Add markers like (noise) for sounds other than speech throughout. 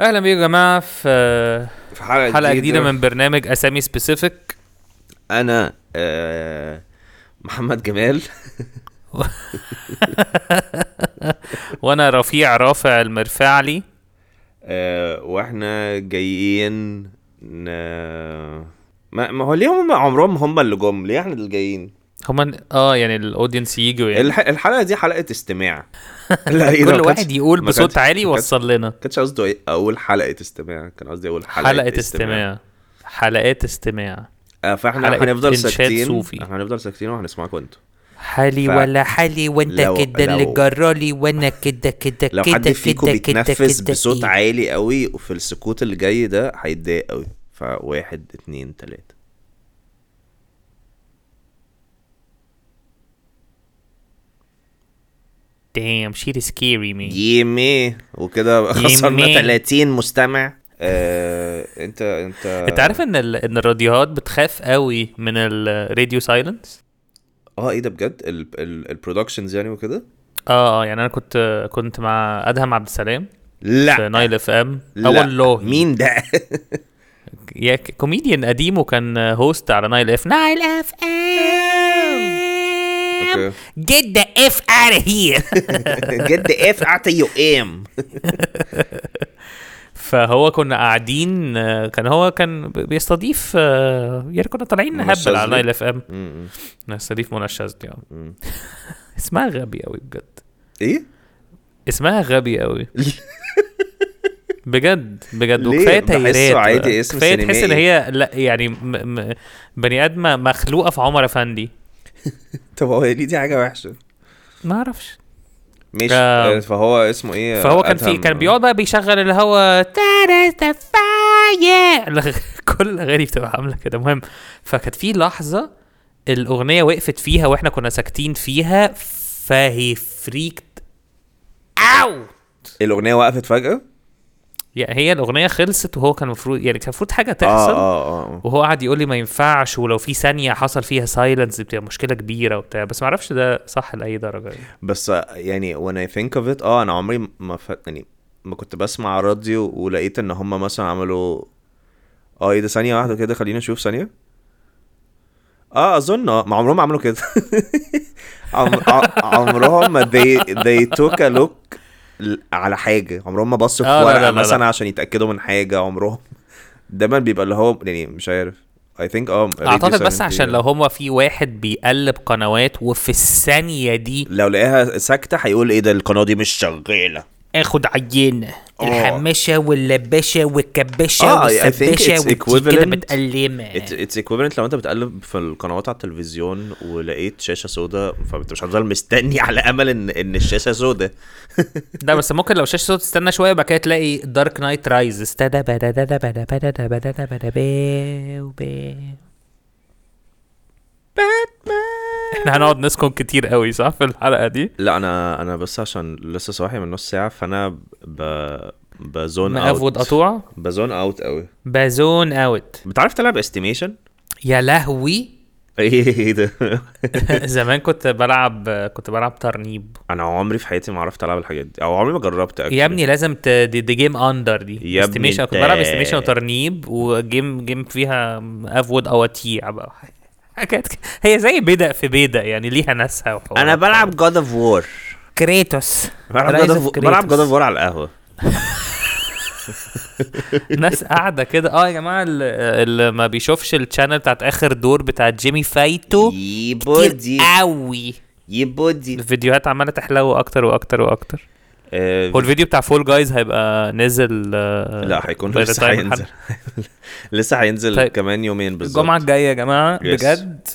اهلا بيكم يا جماعه في في حلقه, حلقه جديده من برنامج اسامي سبيسيفيك انا آه محمد جمال وانا رفيع رافع المرفعلي آه واحنا جايين ن... ما, ما هو ليه هم عمرهم هم اللي جم ليه احنا اللي جايين هما اه يعني الاودينس يجوا يعني الح... الحلقه دي حلقه (laughs) استماع لا، إيه ده، كل ما كانش- واحد يقول ما بصوت كانش- عالي ما كانش- وصل لنا كانش قصدي اول حلقه استماع كان قصدي اول حلقه, حلقه استماع حلقات استماع آه فاحنا حلقة هنفضل إنشاد ساكتين صوفي. احنا هنفضل ساكتين وهنسمعكم انتوا حالي ف- ولا حالي وانت لو- كده اللي لو- جرالي وانا كده كده لو كده حد فيكم كده كده بيتنفس كده بصوت إيه. عالي قوي وفي السكوت اللي جاي ده هيتضايق قوي فواحد اتنين تلاته damn shit is scary me يمي وكده (laughs) خسرنا يمي. 30 مستمع آه انت انت انت عارف ان ال... ان الراديوهات بتخاف قوي من الراديو سايلنس اه ايه ده بجد ال- ال- البرودكشنز يعني وكده اه اه يعني انا كنت كنت مع ادهم عبد السلام في لا نايل اف ام اه لا والله (laughs) مين ده يا ك- كوميديان قديم وكان هوست على نايل اف نايل اف ام أوكي. get the f out of here (laughs) جد اف اعطى يو ام فهو كنا قاعدين آه، كان هو كان ب- بيستضيف آه، يعني كنا طالعين منى نهبل على الشاذلي. نايل اف ام نستضيف منى الشاذلي آه. (laughs) اسمها غبي قوي بجد ايه اسمها غبي قوي بجد بجد ليه؟ وكفايه بحسه تهيرات عادي اسم كفايه تحس ان سينمائي. هي لا يعني م م بني ادمه مخلوقه في عمر افندي طب هو ليه دي حاجه وحشه ما اعرفش ماشي آه. آه، فهو اسمه ايه فهو كان في أدهم. كان بيقعد بقى بيشغل اللي هو فاير كل الاغاني بتبقى عامله كده المهم فكانت في لحظه الاغنيه وقفت فيها واحنا كنا ساكتين فيها فهي فريكت اوت الاغنيه وقفت فجاه يعني هي الاغنيه خلصت وهو كان المفروض يعني كان المفروض حاجه اه تحصل اه اه وهو قعد يقول لي ما ينفعش ولو في ثانيه حصل فيها سايلنس بتبقى مشكله كبيره وبتاع بس ما اعرفش ده صح لاي درجه يعني. بس آه، يعني when I think of it اه انا عمري ما ف... يعني ما كنت بسمع راديو ولقيت ان هم مثلا عملوا اه ايه ده ثانية واحدة كده خلينا نشوف ثانية اه اظن اه ما عمرهم ما عملوا كده (laughs) عم... ع- عمرهم ما they they took a look ل- على حاجة عمرهم ما بصوا آه، لا، في لا، ورقة لا، لا. مثلا عشان يتأكدوا من حاجة عمرهم دايما بيبقى اللي هو يعني مش عارف I think اه radio اعتقد بس silently. عشان لو هما في واحد بيقلب قنوات وفي الثانيه دي لو لقاها ساكتة هيقول ايه ده القناة دي مش شغالة اخد عينه آه. الحماشه واللبشه والكبشه آه، I- I think والسبشه it's ودي كده equivalent. متقلمه It's- اتس ايكويفالنت لو انت بتقلب في القنوات على التلفزيون ولقيت شاشه سودا فانت مش هتفضل مستني على امل ان ان الشاشه سودا ده بس ممكن لو شاشه صوت تستنى شويه بعد كده تلاقي دارك نايت رايز استنى بدا بدا بدا بدا بدا بدا بدا بيو بيو احنا هنقعد نسكن كتير قوي صح في الحلقه دي لا انا انا بس عشان لسه صاحي من نص ساعه فانا ب بزون مقاف اوت وتقطوع بزون اوت قوي بازون اوت بتعرف تلعب (laughs) استيميشن يا لهوي (laughs) ايه ده زمان كنت بلعب كنت بلعب ترنيب انا عمري في حياتي ما عرفت العب الحاجات دي او عمري ما جربت يا ابني لازم ت... دي, دي جيم اندر دي يا ابني استيميشن كنت انت- بلعب استيميشن وترنيب وجيم جيم فيها افود اواتيع بقى حاجات ك- هي زي بدأ في بدأ يعني ليها ناسها وحوارات. انا بلعب جاد اوف وور كريتوس بلعب Rise God of of- بلعب جاد اوف وور على القهوه ناس قاعده كده اه يا جماعه اللي, اللي ما بيشوفش الشانل بتاعت اخر دور بتاعت جيمي فايتو كتير يبودي قوي يبودي الفيديوهات عماله تحلو اكتر واكتر واكتر آه، هو الفيديو بتاع فول جايز هيبقى نزل آه، لا هيكون by the time لسه هينزل الحلقة. (laughs) لسه هينزل طيب. كمان يومين بالظبط الجمعه الجايه يا جماعه Yes. بجد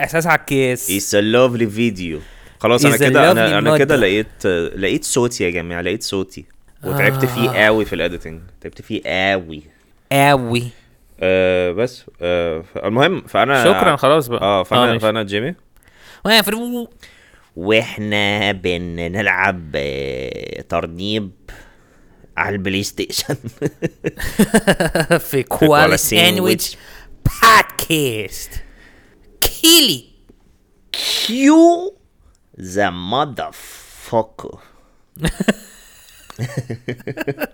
احساس على الكيس It's a lovely video خلاص It's انا a كده lovely انا انا كده mother. لقيت لقيت صوتي يا جماعه لقيت صوتي وتعبت فيه آه. قوي في الاديتنج تعبت فيه قوي قوي آه بس آه ف- المهم فانا شكرا خلاص بقى آه، اه فانا ماشي. فانا جيمي ويا فرو- واحنا بنلعب آه، ترنيب على البلاي (laughs) ستيشن (laughs) في كوالا ساندويتش ساندويتش. بودكاست كيلي كيو ذا ماذر فوكر (laughs)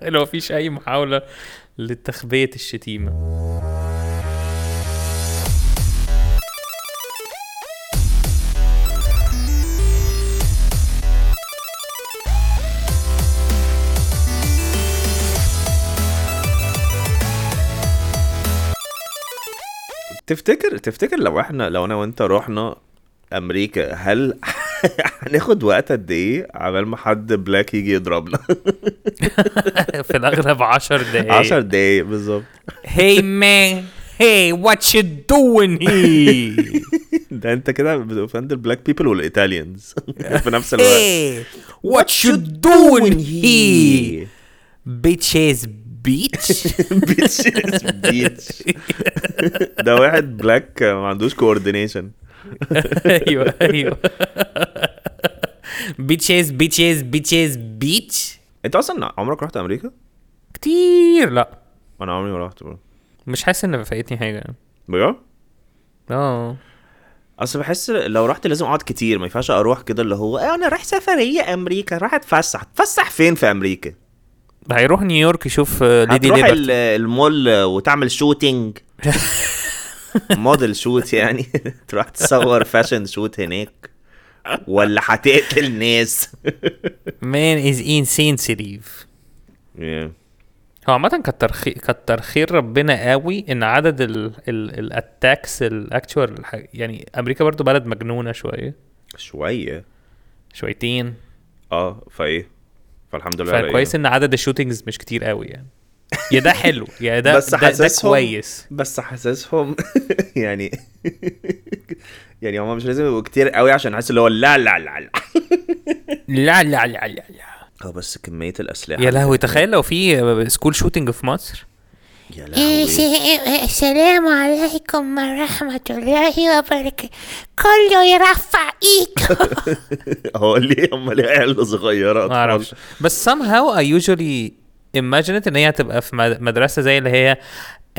لو مفيش اي محاوله لتخبيه الشتيمه تفتكر تفتكر لو احنا لو انا وانت رحنا امريكا هل (laughs) هناخد وقت قد ايه عبال ما حد بلاك يجي يضربنا (laughs) في الاغلب 10 دقائق 10 دقايق بالظبط Hey man, hey, what you doing here? (laughs) (laughs) ده انت كده بتوفند البلاك بيبل والايطاليانز (laughs) في نفس الوقت hey, what إيه. you doing here? (laughs) Bitch ass bitch. بيتش بيتش (laughs) ده واحد بلاك ما عندوش كوردينيشن ايوه ايوه. Bitch ass bitch ass bitch ass bitch. انت اصلا عمرك رحت امريكا؟ كتير لا انا عمري ما رحت برضه مش حاسس ان فايتني حاجه بجد؟ اه اصل بحس لو رحت لازم اقعد كتير ما ينفعش اروح كده اللي هو "آه، انا رايح سفريه امريكا رايح اتفسح اتفسح فين في امريكا هيروح نيويورك يشوف آه، ليدي هتروح ليبرتي ال- المول وتعمل شوتينج موديل شوت يعني (laughs) تروح تصور فاشن شوت هناك ولا هتقتل ناس مان از insensitive هو عامة كتر ترخي... كتر ترخير ربنا قوي ان عدد ال ال الاتاكس الاكتشوال يعني امريكا برضو بلد مجنونه شويه شويه شويتين اه فايه فالحمد لله على إيه. فكويس ان عدد الشوتينجز مش كتير قوي يعني يا ده حلو يا ده (laughs) بس ده, ده حاسسهم- كويس بس حاسسهم (laughs) يعني يعني هما مش لازم يبقوا كتير قوي عشان حاسس اللي هو لا لا لا لا لا لا لا لا لا اه بس كمية الأسلحة يا لهوي تخيل لو في سكول شوتينج في مصر يا إيه، لهوي سي- السلام عليكم ورحمة الله وبركاته كله يرفع ايده (laughs) هو ليه هما ليه عيال صغيرة ما اعرفش بس somehow I usually imagined ان هي هتبقى في مد- مدرسه زي اللي هي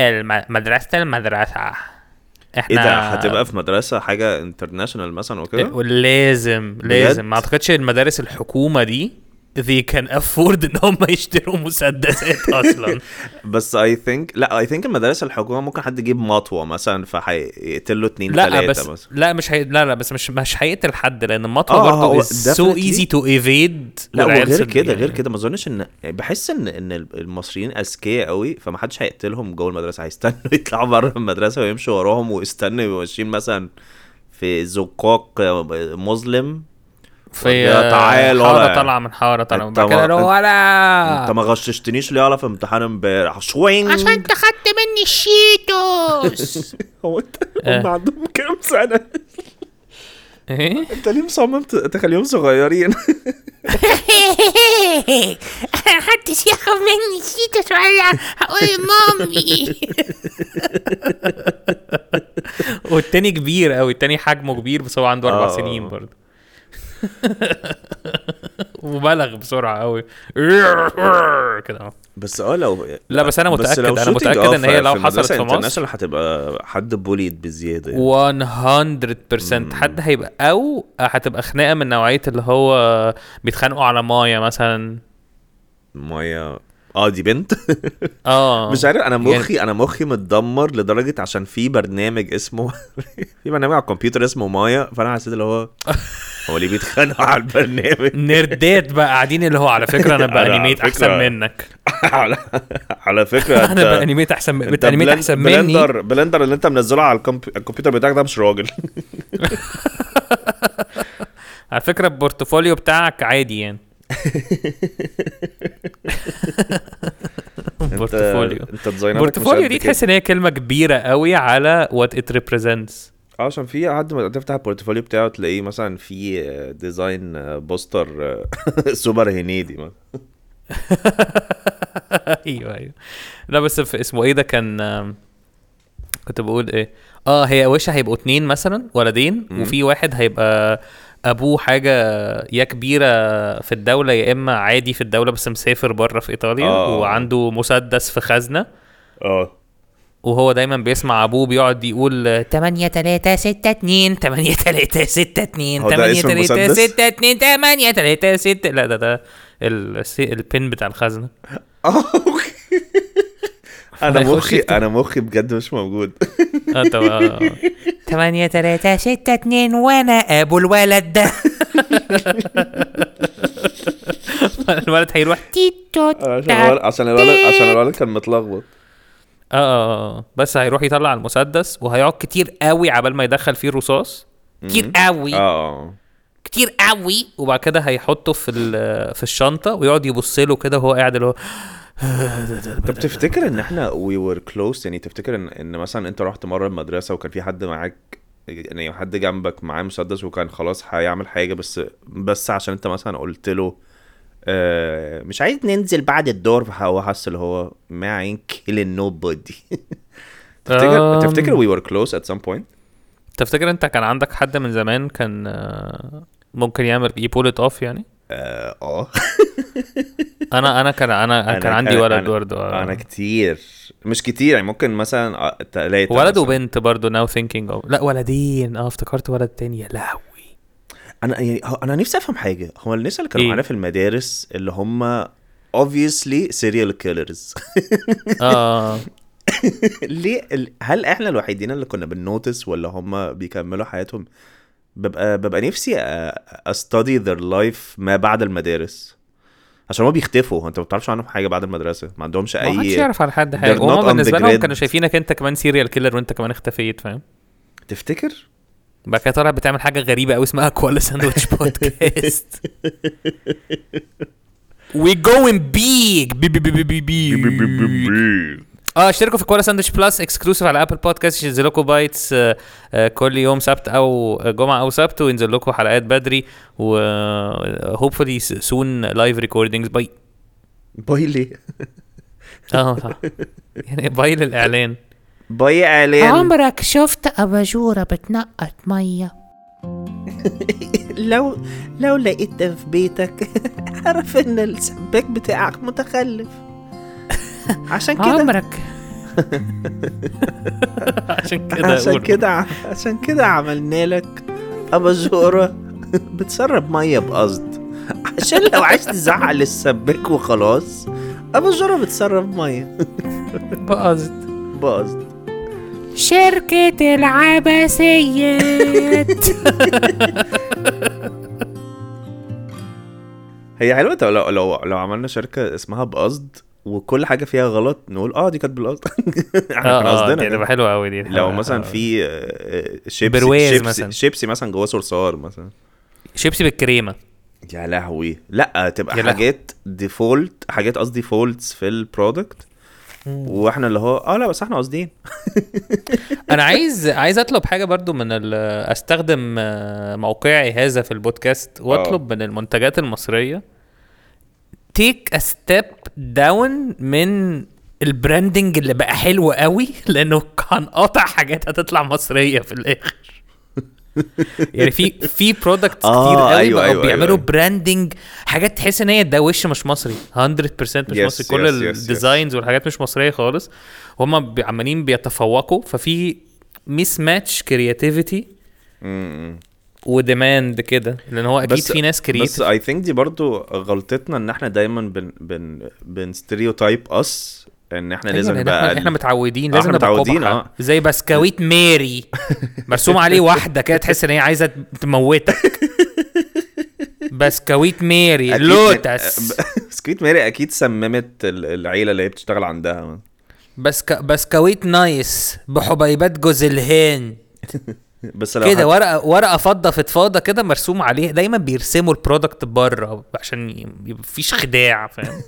الم... مدرسه المدرسه ايه احنا ده هتبقى في مدرسة حاجة انترناشونال مثلا إيه، وكده لازم بجد؟ لازم ما اعتقدش المدارس الحكومه دي they can afford ان هم يشتروا مسدسات اصلا بس اي ثينك لا اي ثينك المدارس الحكومة ممكن حد يجيب مطوة مثلا فهيقتل له اتنين لا تلاتة بس مثلا لا مش هي... لا لا بس مش مش هيقتل حد لان المطوه آه، برضه هو سو definitely. ايزي تو ايفيد لا وغير كده يعني. غير كده ما اظنش ان بحس ان ان المصريين اذكياء قوي فما حدش هيقتلهم جوه المدرسه هيستنوا (laughs) يطلعوا بره المدرسه ويمشوا وراهم ويستنوا يبقوا ماشيين مثلا في زقاق آه، مسلم في يا تعال ولا حاره يعني. طالعه من حاره طالعه من أنت ما- بعد كده لو انت ولا ما غششتنيش ليه على في امتحان امبارح عشان شوينج انت خدت مني الشيتوس هو انت آه. هم عندهم كام سنه إيه؟ انت ليه مصمم ت- تخليهم صغيرين محدش ياخد مني الشيتوس ولا هقول لمامي (laughs) والتاني كبير قوي التاني حجمه كبير بس هو عنده اربع آه. سنين برضه (laughs) وبلغ بسرعه قوي كده (laughs) بس اه لو لا بس أنا متأكد- لو أنا shooting متأكد اه إن هي في- لو في حصلت مدرسة في مصر- international هتبقى حد بوليد بزياده يعني. 100% حد هيبقى او هتبقى خناقه من نوعيه اللي هو بيتخانقوا على مايه مثلا ميه اه دي (laughs) بنت اه مش عارف انا يعني- مخي انا مخي متدمر لدرجه عشان في برنامج اسمه (laughs) في برنامج على الكمبيوتر اسمه مايا فانا حسيت (laughs) اللي هو هو ليه بيتخانقوا على البرنامج (laughs) نردات بقى قاعدين اللي هو على فكره انا أنا (laughs) على بانيميت احسن فكرة- منك على على فكره (laughs) انا انت بانيميت احسن من انت بتانيميت بلن- احسن مني بلندر بلندر اللي انت منزله على الكمب- الكمبيوتر بتاعك ده مش راجل على فكره البورتفوليو بتاعك عادي (laughs) يعني انت بورتفوليو انت ديزاينرك مش بورتفوليو قد دي كده. تحس ان هي كلمه كبيره قوي على وات ات ريبريزنتس اه عشان في حد ما تفتح البورتفوليو بتاعه تلاقيه مثلا في آه، ديزاين آه، بوستر آه، (laughs) سوبر هنيدي مثلا (laughs) ايوه ايوه لا بس في اسمه ايه ده كان آم، كنت بقول ايه اه هي وش هيبقوا اتنين مثلا ولدين وفي واحد هيبقى ابوه حاجه يا كبيره في الدوله يا اما عادي في الدوله بس مسافر بره في ايطاليا آه. (laughs) وعنده مسدس في خزنه اه وهو دايما بيسمع ابوه بيقعد يقول 8 3 6 2 8 3 6 2 هو ده 8 اسم 3 المسدس؟ 6 2 8 3 6 لا ده ده الس- البين بتاع الخزنه أوكي. ما انا يخش مخي يكتب. انا مخي بجد مش موجود اه طبعا 8 3 6 2 وانا ابو الولد ده (laughs) الولد هيروح تيتو آه، عشان الولد عشان الولد عشان الولد كان متلخبط اه اه اه بس هيروح يطلع المسدس وهيقعد كتير قوي عبال ما يدخل فيه الرصاص كتير قوي اه كتير قوي وبعد كده هيحطه في ال- في الشنطه ويقعد يبص له كده وهو قاعد اللي هو طب يعني. تفتكر ان احنا we were close يعني تفتكر ان ان مثلا انت رحت مره المدرسه وكان في حد معاك يعني حد جنبك معاه مسدس وكان خلاص هيعمل حاجه بس بس عشان انت مثلا قلت له آه مش عايز ننزل بعد الدور فهو حس اللي هو ما عين killing nobody (laughs) تفتكر آم. تفتكر we were close at some point تفتكر انت كان عندك حد من زمان كان آه، ممكن يعمل يبول ات اوف يعني اه اه انا انا كان انا, أنا كان عندي أنا- ولد أنا- برضه آه. انا كتير مش كتير يعني ممكن مثلا آه، تلاتة ولد مثلاً. وبنت برضه ناو ثينكينج اوف إيه، لا ولدين اه افتكرت ولد تاني يا لهوي انا يعني هو- انا نفسي افهم حاجه هو الناس اللي كانوا إيه؟ معانا في المدارس اللي هم obviously serial killers (laughs) اه ليه ال- هل احنا الوحيدين اللي كنا بننوتس ولا هم بيكملوا حياتهم ببقى ببقى نفسي استدي their life ما بعد المدارس عشان هم بيختفوا هو انت ما بتعرفش عنهم حاجه بعد المدرسه ما (laughs) عندهمش ما حدش اي يعرف عن حد they're حاجه not on وهم the بالنسبه لهم grid. كانوا شايفينك انت كمان سيريال كيلر وانت كمان اختفيت فاهم تفتكر بعد كده طالع بتعمل حاجه غريبه قوي اسمها كوالا ساندويتش بودكاست وي جوين بيج بي بي بي بي بي بي اه اشتركوا في كوالا ساندويتش بلس اكسكلوسيف على ابل بودكاست ينزل لكم بايتس آه، آه، كل يوم سبت او آه، جمعه او سبت وينزل لكم حلقات بدري و آه، هوبفلي سون لايف ريكوردينجز (laughs) باي باي ليه اه صح يعني باي للاعلان (laughs) باي اعلان عمرك شفت أباجورة بتنقط مية لو لو لقيتها في بيتك (laughs) اعرف ان السباك بتاعك متخلف عشان عمرك (laughs) عشان كده أقول. عشان كده عملنا لك اباجوره (laughs) بتسرب ميه بقصد عشان لو عايز تزعل السباك وخلاص اباجوره بتسرب ميه بقصد بقصد شركة العباسيات هي حلوه طب لو لو لو عملنا شركه اسمها بقصد وكل حاجه فيها غلط نقول اه دي كانت بالقصد (laughs) احنا كان اه اه دي قصدنا هتبقى حلوه قوي دي لو آه، مثلا آه. في آه، آه، شيبسي برواز شيبسي- مثلا. شيبسي مثلا جواه صرصار مثلا شيبسي بالكريمه يا لهوي لا تبقى يا لهوي. حاجات ديفولت حاجات قصدي فولتس في البرودكت واحنا اللي هو اه لا بس احنا قاصدين انا عايز عايز اطلب حاجه برضو من ال- استخدم آه، موقعي هذا في البودكاست واطلب آه. من المنتجات المصريه تيك ا ستيب داون من البراندنج اللي بقى حلو قوي لانه هنقطع حاجات هتطلع مصريه في الاخر يعني في في برودكتس آه، كتير قوي أيوة، بقوا أيوة، بيعملوا أيوة. براندنج حاجات تحس ان هي ده وش مش مصري 100% مش Yes, مصري كل yes, yes, yes. الديزاينز والحاجات مش مصريه خالص وهم بي- عمالين بيتفوقوا ففي ميس ماتش كرياتيفيتي وديماند كده لان هو اكيد بس في ناس بس كرياتيف اي ثينك دي برضو غلطتنا ان احنا دايما بن بن بن ستيريوتايب اس ان احنا أيوة، لازم لأن نبقى احنا, احنا متعودين آه، لازم إحنا نبقى متعودين، قبحة. آه. زي (laughs) بسكويت ماري مرسوم عليه واحده كده تحس ان هي عايزه تموتك بسكويت ماري أكيد- (laughs) يعني، آه، لوتس سكويت ماري اكيد سممت ال- العيله اللي هي بتشتغل عندها بسك... بسكويت نايس بحبيبات جوز الهند بس لو كده حد- ورقه ورقه فضه فضفاضه كده مرسوم عليه دايما بيرسموا البرودكت بره عشان ي- يبقى مفيش خداع (laughs) فاهم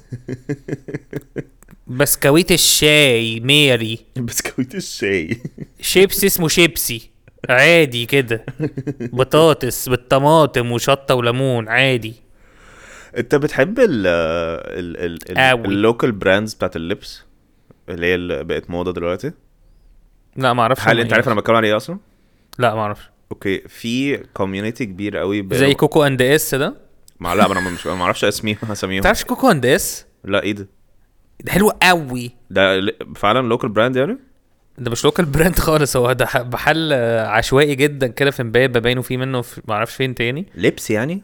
بسكويت الشاي ميري (laughs) بسكويت الشاي شيبسي اسمه شيبسي عادي كده بطاطس بالطماطم وشطه وليمون عادي انت بتحب ال ال ال- أوي. ال اللوكال براندز بتاعت اللبس اللي هي اللي بقت موضه دلوقتي لا ما اعرفش هل انت عارف انا بتكلم عن ايه اصلا؟ لا ما اعرفش اوكي في كوميونتي كبير قوي ب- زي كوكو اند اس ده مع لا انا مش ما اعرفش اسميهم (laughs) هسميهم تعرفش كوكو اند اس لا ايه ده ده حلو قوي ده ل- فعلا لوكال براند يعني ده مش لوكال براند خالص هو ده ح- محل آه، عشوائي جدا كده في امبابه باينه فيه منه في معرفش فين تاني لبس يعني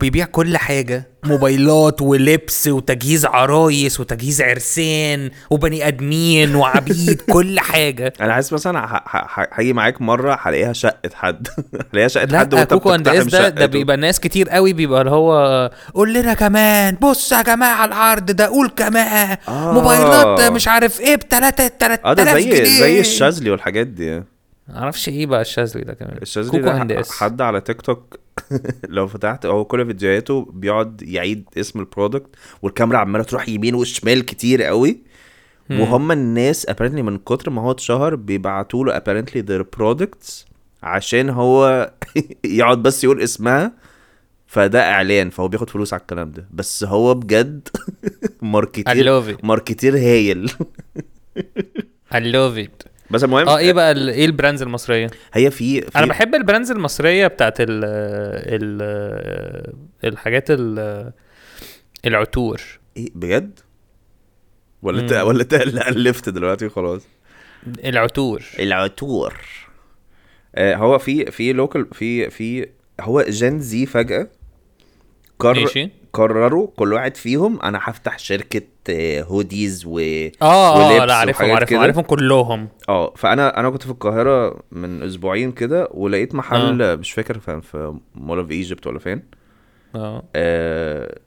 بيبيع كل (laughs) حاجة موبايلات ولبس وتجهيز عرايس وتجهيز عرسان وبني ادمين وعبيد (laughs) كل حاجة انا حاسس مثلا ه- ه- ه- هاجي معاك مره هلاقيها شقه حد (laughs) هلاقيها شقه حد لا وانت كوكو اند اس بتقتحم ده ده شقته. بيبقى ناس كتير قوي بيبقى اللي هو قول لنا كمان بص يا جماعه العرض ده قول كمان آه. موبايلات مش عارف ايه ب 3 3000 اه ده زي جنيه زي الشاذلي والحاجات دي معرفش ايه بقى الشاذلي ده كمان الشاذلي كوكو ده اند ح- اس حد على تيك توك (laughs) لو فتحت هو كل فيديوهاته بيقعد يعيد اسم البرودكت والكاميرا عماله تروح يمين وشمال كتير قوي وهم الناس apparently من كتر ما هو اتشهر بيبعتوا له apparently their products عشان هو (laughs) يقعد بس يقول اسمها فده اعلان فهو بياخد فلوس على الكلام ده بس هو بجد (laughs) I ماركتير love it ماركتير هايل I (laughs) love it بس المهم اه ايه بقى ال- ايه البراندز المصرية؟ هي في, في انا بحب البراندز المصريه بتاعت ال ال الحاجات ال العطور إيه بجد ولا انت ولا انت اللي الفت دلوقتي خلاص العطور العطور آه هو في في لوكال في في هو جين زي فجأة قرر ماشي. قرروا كل واحد فيهم انا هفتح شركة آه، هوديز و اه اه ولبس لا عارفهم وحاجات عارفهم كده. عارفهم كلهم اه فانا انا كنت في القاهره من اسبوعين كده ولقيت محل آه. مش فاكر فين في مول اوف ايجيبت ولا فين اه آه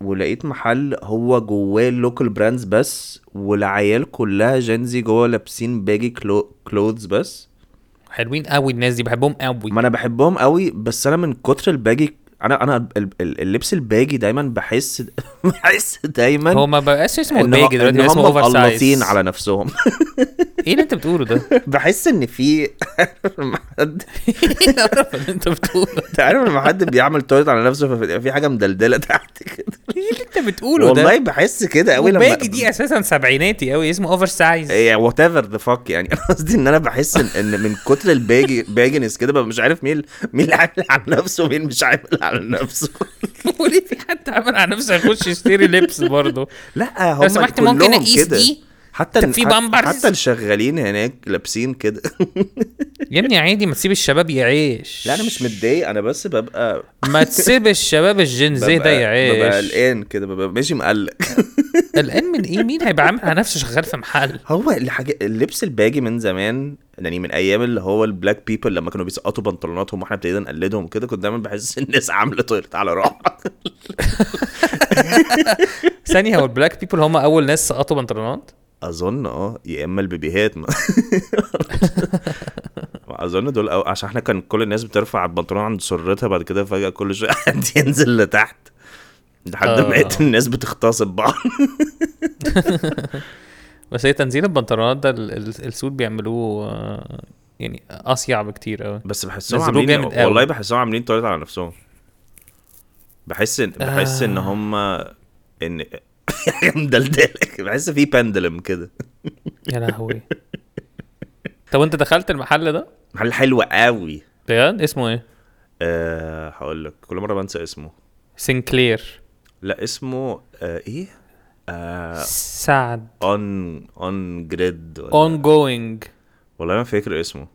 ولقيت محل هو جواه اللوكال براندز بس والعيال كلها جنزي جوه لابسين باجي كلو... كلوز بس حلوين قوي الناس دي بحبهم قوي ما انا بحبهم قوي بس انا من كتر الباجي انا انا ال- ال- اللبس الباجي دايما بحس (laughs) بحس دايما هو ما بقاش اسمه ان, باجي دلوقتي إن بقى هم اسمه اوفر مقلصين سايز على نفسهم (laughs) ايه اللي انت بتقوله ده؟ بحس ان في حد ايه القرف اللي انت بتقوله انت عارف لما حد بيعمل تويلت على نفسه فبتبقى في حاجه مدلدله تحت كده ايه اللي انت بتقوله ده؟ والله بحس كده قوي لما إيه؟ باجي دي اساسا سبعيناتي قوي اسمه اوفر سايز وات ايفر ذا فاك يعني (laughs) انا قصدي ان انا بحس ان- ان من كتر الباجي باجنس كده ببقى مش عارف مين ال- مين اللي عامل على نفسه ومين مش عامل على نفسه (laughs) (laughs) وليه في حد عمل على نفسه يخش يشتري لبس برضه؟ لا هم لو سمحت ممكن كلهم اقيس كده. دي؟ حتى طب ال- في حت- بامبرز؟ حتى الشغالين هناك لابسين كده (laughs) يا ابني عادي ما تسيب الشباب يعيش لا انا مش متضايق انا بس ببقى ما تسيب الشباب الجين زي ده ببقى- ببقى يعيش قلقان كده ببقى ماشي مقلق (laughs) الان من ايه مين هيبقى عامل على نفسه شغال في محل هو الحاجة اللبس الباجي من زمان يعني من ايام اللي هو البلاك بيبل لما كانوا بيسقطوا بنطلوناتهم واحنا ابتدينا نقلدهم كده كنت دايما بحس الناس عامله طيرت على روحها ثانيه هو البلاك بيبل هم اول ناس سقطوا بنطلونات اظن اه يا اما البيبيهات (laughs) ما. اظن دول أو... عشان احنا كان كل الناس بترفع البنطلون عند سرتها بعد كده فجاه كل شويه (laughs) حد ينزل لتحت لحد ما آه. لقيت الناس بتغتصب بعض بس هي تنزيل البنطلونات ده ال- ال- السود بيعملوه آه، يعني اصيع بكتير قوي بس بحسهم نزلوه عاملين جامد قوي. والله بحسهم عاملين طريقة على نفسهم بحس ان بحس آه. ان هم (laughs) ان حاجة مدلدلك بحس في باندلم كده يا لهوي طب انت دخلت المحل ده محل حلو قوي بجد اسمه ايه أه هقول لك كل مره بنسى اسمه سنكلير لا اسمه أه ايه آه. سعد اون اون جريد اون جوينج والله ما فاكر اسمه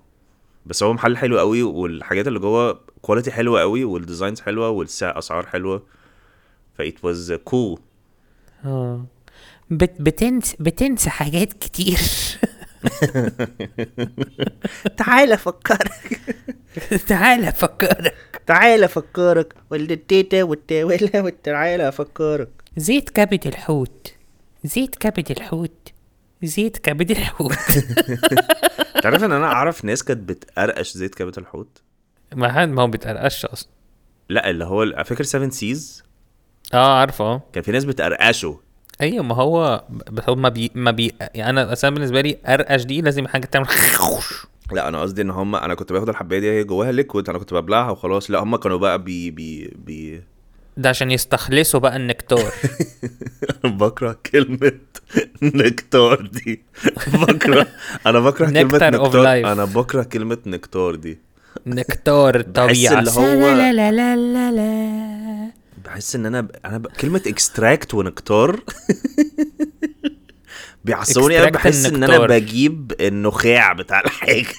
بس هو محل حلو قوي والحاجات اللي جوه كواليتي حلوه قوي والديزاينز حلوه والاسعار حلوه فايت واز كول بت بتنس بتنسى حاجات كتير (laughs) تعال افكرك تعال افكرك تعال افكرك والتيتا والتاويلة والتعال افكرك زيت كبد الحوت زيت كبد الحوت زيت كبد الحوت تعرف ان انا اعرف ناس كانت بتقرقش زيت كبت الحوت ما حد ما هو بيتقرقش اصلا لا اللي هو على فكره 7 سيز اه عارفه اه كان في ناس بتقرقشه ايوه ما هو ب- هو ما بي ما بي يعني انا اصلا بالنسبه لي ارقش دي لازم حاجه تعمل (laughs) لا انا قصدي ان هم انا كنت باخد الحبايه دي هي جواها ليكويد انا كنت ببلعها وخلاص لا هم كانوا بقى بي بي بي ده عشان يستخلصوا بقى (laughs) النكتار بكره كلمة نكتار دي بكره انا (laughs) بكره كلمة Nectar of نكتار life. انا بكره كلمة نكتار دي نكتار بحس الطبيعه (laughs) اللي هو لا لا لا لا لا بحس ان انا ب... انا ب... كلمة اكستراكت ونكتار (laughs) بيعصبوني قوي Extract بحس ان انا النكتار. بجيب النخاع بتاع الحاجه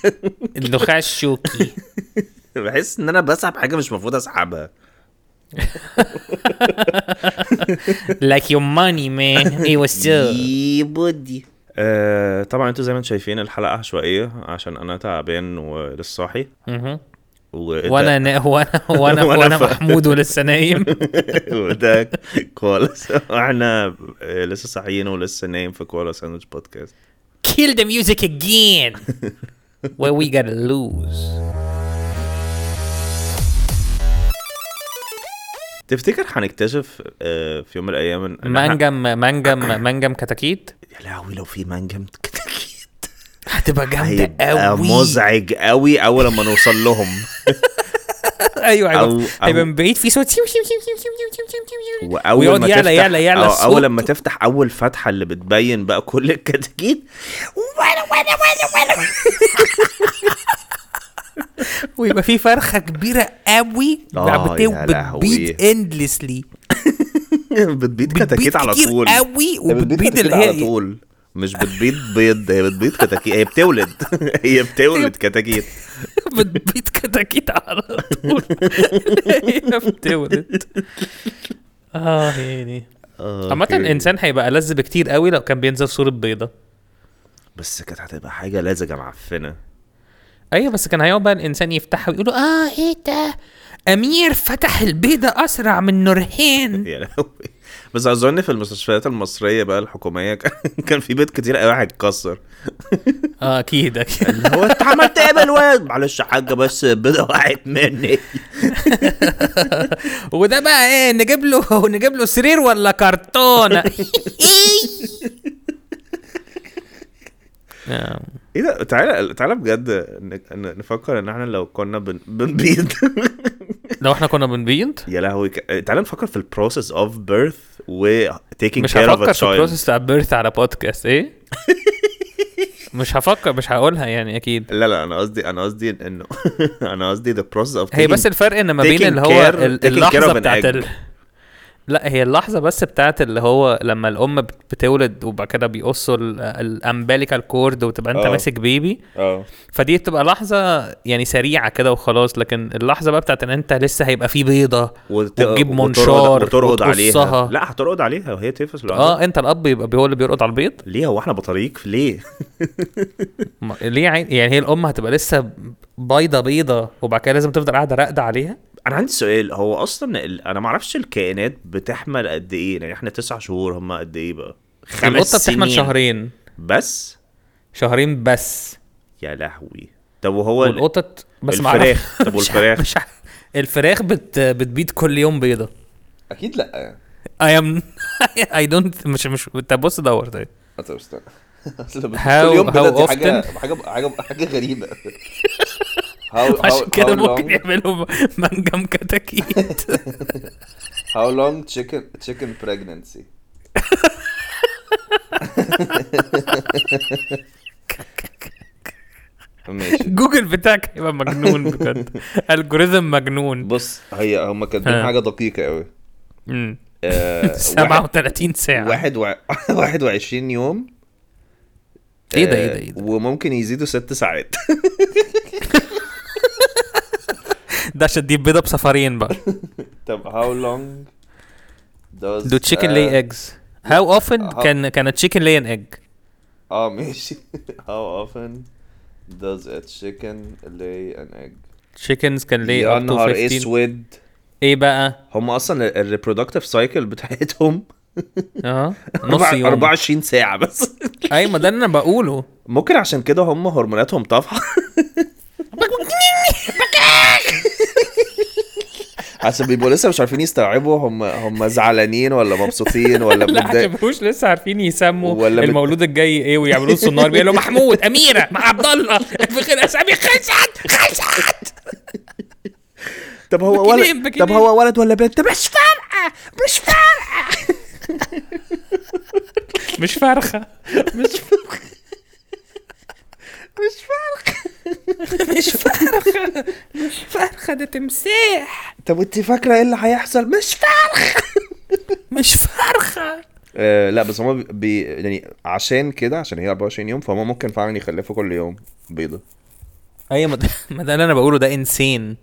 النخاع الشوكي (laughs) بحس ان انا بسحب حاجه مش (laughs) المفروض اسحبها like your money man أيوة، it (laughs) was آه. so بودي آه طبعا انتوا زي ما انتم شايفين الحلقه عشوائيه عشان انا تعبان ولسه صاحي مهم. وده- وانا نا... (laughs) وانا وانا وأنا وانا ف- محمود ولسه نايم وده كوالا احنا آه، لسه صاحيين ولسه نايم في كوالا ساندويتش بودكاست kill the music (laughs) again where we gotta lose تفتكر هنكتشف آه، في يوم من الايام ان إن إحنا- منجم منجم منجم كتاكيت يا لهوي لو في مانجا (laughs) كتاكيت هتبقى جامده هيبقى قوي مزعج قوي اول ما نوصل لهم ايوه أو- هيبقى أو- هيبقى من بعيد في صوت واول ويقعد ما يعلى- تفتح يعلى- يعلى أو الصوت. اول لما تفتح اول فتحه اللي بتبين بقى كل الكتاكيت (laughs) وانا وانا وانا وانا ويبقى في فرخه كبيره قوي آه، بتو- يا لهوي. بتبيض اندلسلي بتبيض بتبيض كتاكيت على كتير طول قوي ده بتبيض وبتبيض كتاكيت اللي على هي إيه؟ طول مش بتبيض بيض هي بتبيض كتاكيت هي بتولد (laughs) هي أيوه. بتولد كتاكيت (laughs) بتبيض كتاكيت على طول (laughs) هي بتولد اه يعني عامة أوكي. الانسان هيبقى ألذ بكتير قوي لو كان بينزل في صورة بيضة بس كانت هتبقى حاجه لزجه معفنه ايوه بس كان هيقعد بقى الانسان يفتحها ويقول اه ايه ده امير فتح البيضة اسرع من (laughs) نورهان (laughs) يا لهوي بس اظن في المستشفيات المصريه بقى الحكوميه كان- (laughs) كان في بيض كتير قوي هيتكسر اه اكيد اكيد (laughs) هو انت عملت ايه بالواد معلش يا حاجه بس البيضه وقعت مني وده بقى ايه نجيب له (laughs) نجيب له سرير ولا كرتونة آه. ايه ده تعالى تعالى بجد ن- ن- نفكر ان احنا لو كنا بن- بنبيض (laughs) لو احنا كنا بنبيض يا لهوي ك- تعالى نفكر في البروسيس اوف بيرث و taking مش care of هفكر a في child البروسيس بتاع بيرث على بودكاست ايه مش هفكر مش هقولها يعني اكيد لا لا انا قصدي انا قصدي انه (laughs) انا قصدي the process of هي taking- بس الفرق ان ما بين taking اللي هو care- ال- taking care اللحظه of an بتاعت egg. ال... لا هي اللحظه بس بتاعت اللي هو لما الام بت- بتولد وبعد كده بيقصوا ال- الامباليكال كورد وتبقى انت آه. ماسك بيبي اه فدي بتبقى لحظه يعني سريعه كده وخلاص لكن اللحظه بقى بتاعت ان انت لسه هيبقى في بيضه وت- وتجيب وترقد- منشار وترقد عليها وتقصها. لا هترقد عليها وهي تفس اه انت الاب يبقى هو اللي بيرقد على البيض ليه هو احنا بطريق ليه (laughs) ما- ليه عين... يعني هي الام هتبقى لسه بيضه بيضه وبعد كده لازم تفضل قاعده راقده عليها انا عندي سؤال هو اصلا ال... انا ما اعرفش الكائنات بتحمل قد ايه يعني احنا تسع شهور هم قد ايه بقى خمس القطه سنين بتحمل شهرين بس شهرين بس يا لهوي طب وهو ال- والقطط بس ما الفراخ. أعرف- طب مش ع- والفراخ؟ مش ع- الفراخ بت بتبيض كل يوم بيضه اكيد لا اي (laughs) ام اي دونت مش مش طب بص دور طيب طب استنى (laughs) أصل بت- How- كل يوم بيضة how دي حاجة often? حاجة حاجة حاجة (laughs) غريبة how, عشان كده how ممكن يعني. long- يعملوا منجم كتاكيت (laughs) How long chicken chicken pregnancy? ماشي جوجل بتاعك هيبقى مجنون بجد الجوريزم مجنون بص هي هم كاتبين ها. حاجه دقيقه قوي مم. (laughs) آه، 37 ساعه واحد واحد وع- (laughs) 21 يوم ايه ده ايه آه، ده ايه ده وممكن يزيدوا ست ساعات ده عشان دي بيضه بسفرين بقى طب how long does دو تشيكن آه، لي ايجز هاو اوفن آه. كان كان تشيكن لي ان ايج اه ماشي (laughs) how often does a chicken lay an egg تشيكنز كان لي يا اب تو نهار 15 اسود ايه بقى هم اصلا الريبرودكتيف سايكل بتاعتهم اه (laughs) نص أربعة- يوم 24 ساعه بس (laughs) اي ما ده اللي انا بقوله ممكن عشان كده هم هرموناتهم طافحه (laughs) عشان بيبقوا لسه مش عارفين يستوعبوا هم هم زعلانين ولا مبسوطين (laughs) ولا لا عشان متضايقين مبقوش لسه عارفين يسموا ولا بت- المولود الجاي ايه ويعملوه الصنار بيقولوا محمود اميره مع عبد الله (laughs) في خير اسامي خلصت خلصت طب هو بكلين- ولد بكلين. طب هو ولد ولا بنت مش فارقه مش فارقه (laughs) مش فرخه مش فارقه مش فارقه مش فرخه مش فرخه ده تمساح (laughs) طب وانت فاكره ايه اللي هيحصل مش فارقه مش فرخه (laughs) آه لا بس هما بي- بي يعني عشان كده عشان هي 24 يوم فهم ممكن فعلا يخلفوا كل يوم بيضة ايوه ما (laughs) ده- ما ده اللي انا بقوله ده انسين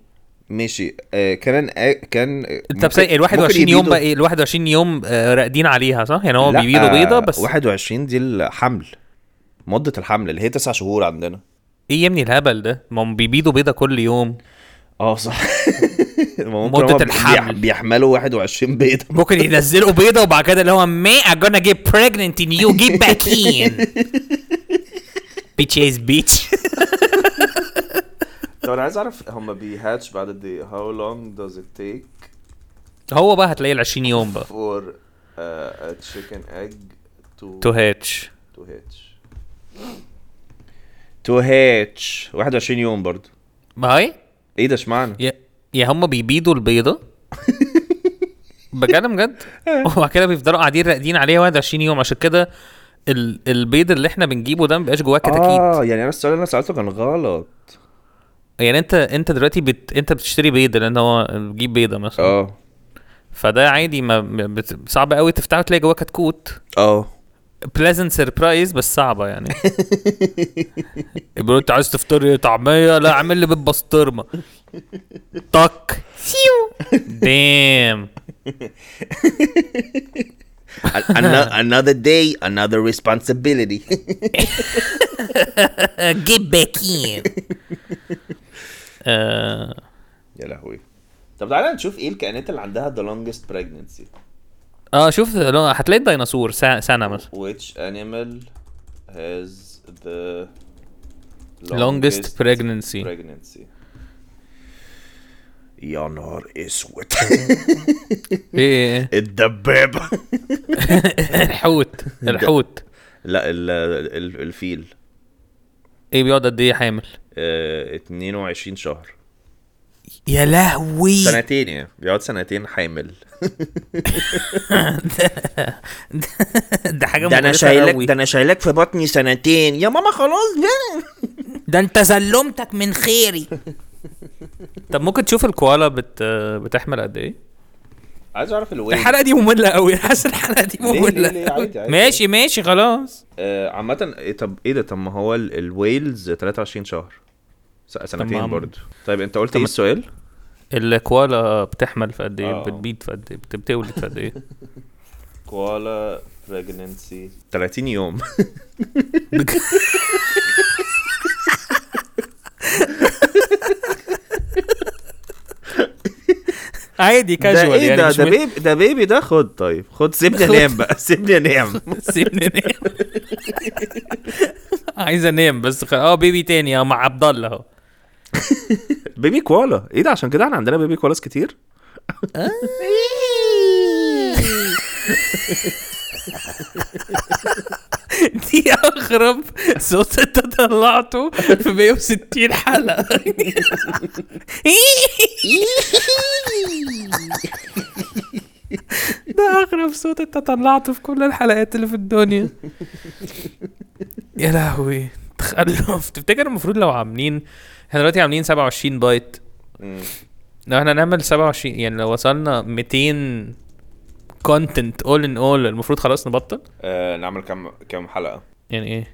ماشي آه كان آه كان آه، طب ممكن- ال ممكن 21 يوم يبيضوا- بقى ايه ال 21 يوم آه، راقدين عليها صح يعني هو لا، آه، بيبيضوا بيضه بس 21 دي الحمل مدة الحمل اللي هي 9 شهور عندنا ايه يا ابني الهبل ده ما هم بيبيضوا بيضه كل يوم اه صح ما (laughs) ممكن مدة هما بيح- الحمل. بيحملوا 21 بيضة (laughs) ممكن ينزلوا بيضه وبعد كده اللي هو me I'm gonna get pregnant in you get back (laughs) in bitches bitch طب انا عايز اعرف هما بيهاتش بعد قد ايه how long does it take هو بقى هتلاقي ال 20 يوم بقى for uh, a chicken egg to تو هاتش to hatch to hatch 21 يوم برضو ما هي ايه ده اشمعنى يا يا هم بيبيضوا البيضه بكلم جد وبعد كده بيفضلوا قاعدين راقدين عليها 21 يوم عشان كده ال- البيض اللي احنا بنجيبه ده مبيبقاش جواه كتاكيت اه يعني انا السؤال اللي انا سالته كان غلط يعني انت انت دلوقتي بت... انت بتشتري بيض لان هو بتجيب بيضه مثلا اه فده عادي ما بت... صعب قوي تفتحه تلاقي جواه كتكوت اه (laughs) بليزنت سربرايز بس صعبه يعني يقول انت عايز تفطر ايه طعميه لا اعمل لي بيض بسطرمه طك سيو دام another day another responsibility (laughs) جيت باك ان آه، يا لهوي طب تعالى نشوف ايه الكائنات اللي عندها the longest pregnancy اه شوف لو- هتلاقي الديناصور سا- سنه مثلا (laughs) which animal has the longest pregnancy pregnancy يا نهار اسود إيه، ايه ايه (laughs) الدبابة إيه. (laughs) (laughs) الحوت الحوت لا ال ال الفيل ايه بيقعد قد ايه حامل آه، 22 شهر يا لهوي سنتين يعني بيقعد سنتين حامل ده حاجه ده انا مقرفة شايلك أوي. ده انا شايلك في بطني سنتين يا ماما خلاص بقى ده انت سلمتك من خيري طب ممكن تشوف الكوالا بت... بتحمل قد ايه عايز اعرف الويل الحلقه دي ممله قوي حاسس الحلقه دي ليه- ممله ليه- ليه؟ أوي. عادي- عادي. ماشي ماشي خلاص آه عامة إيه طب ايه ده طب ما هو ال- الويلز 23 شهر س- سنتين عم- برضه طيب انت قلت ايه السؤال؟ الكوالا بتحمل في قد ايه آه. بتبيض في قد ايه بت- بتولد في قد ايه كوالا بريجننسي (laughs) 30 يوم (laughs) (laughs) عادي ده كاجوال ايه يعني ده مش ده م- بيبي ده بيبي ده خد طيب خد (laughs) سيبني خد. انام بقى (laughs) سيبني انام سيبني انام (laughs) عايز انام بس خ... اه بيبي تاني اه مع عبد الله اهو بيبي كوالا ايه ده عشان كده احنا عندنا بيبي كوالاس كتير إيه. دي اغرب صوت انت طلعته في 160 حلقه ده اغرب صوت انت طلعته في كل الحلقات اللي في الدنيا يا لهوي تخلف تفتكر المفروض لو عاملين احنا دلوقتي عاملين 27 بايت لو احنا نعمل 27 يعني لو وصلنا 200 كونتنت اول ان اول المفروض خلاص نبطل آه نعمل كام كام حلقة يعني ايه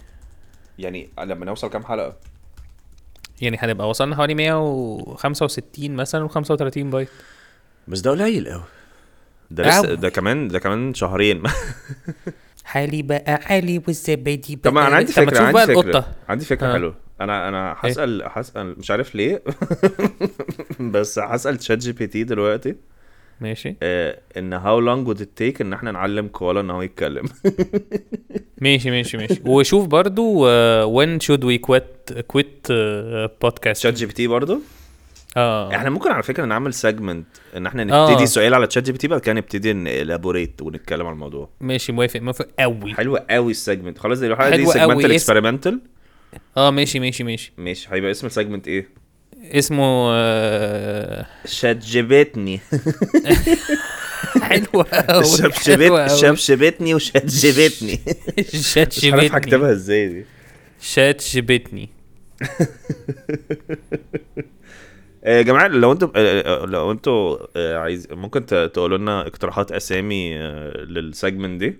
يعني لما نوصل كام حلقة يعني هنبقى وصلنا حوالي 165 مثلا و35 بايت بس ده قليل قوي ده أوي. لسه ده كمان ده كمان شهرين حالي بقى علي والزبادي بقى طب ما انا عندي طب ما يعني تشوف فكره عندي بقى فكره القطة. عندي فكره آه. إيه؟ حلوه انا انا هسال هسال مش عارف ليه (laughs) بس هسال تشات جي بي تي دلوقتي ماشي آه ان هاو لونج وود ات تيك ان احنا نعلم كوالا ان هو يتكلم (laughs) ماشي ماشي ماشي (laughs) وشوف برضو آه، وين شود وي كويت كويت آه، تشات بودكاست جي بي تي برضه آه. اه احنا ممكن على فكره نعمل سيجمنت ان احنا آه. نبتدي سؤال على تشات جي بي تي بعد كده نبتدي نلابوريت ونتكلم على الموضوع ماشي موافق موافق قوي حلوه قوي السيجمنت خلاص دي الحلقه دي حلوة أوي. سيجمنتال إيه؟ اكسبيرمنتال اه ماشي ماشي ماشي ماشي هيبقى اسم (laughs) السيجمنت ايه اسمه آه، (laughs) شجبتني حلوة (laughs) قوي حلوة شبشبت أوي. شبشبتني وشجبتني شات مش عارف شبتني هكتبها ازاي دي شات شبتني يا جماعه لو انتوا آه، آه، لو انتوا آه، عايز ممكن ت- تقولوا لنا اقتراحات اسامي آه، للسيجمنت دي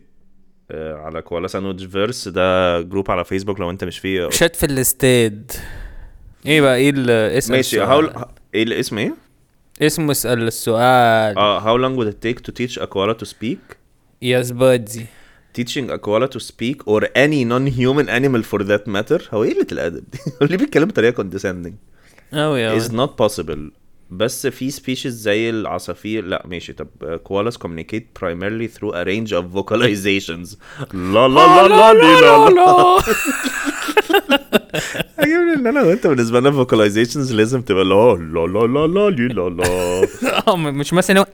آه، على كوالا ساندويتش فيرس ده جروب على فيسبوك لو انت مش فيه شات في الاستاد ايه بقى ايه الاسم ماشي هقول ايه الاسم ايه؟ اسمه اسال السؤال اه how long would it take to teach a koala to speak? يس بادي teaching a koala to speak or any non-human animal for that matter هو ايه قلة الأدب دي؟ (laughs) هو ليه بيتكلم بطريقة condescending؟ اوي اوي is not possible بس في species زي العصافير لا ماشي طب uh, koalas communicate primarily through a range of vocalizations لا لا (laughs) لا لا لا لا لا عجبني ان انا وانت بالنسبة لنا vocalizations لازم تبقى لا لا لا لا لا لي لا لا اه مش مثلا هو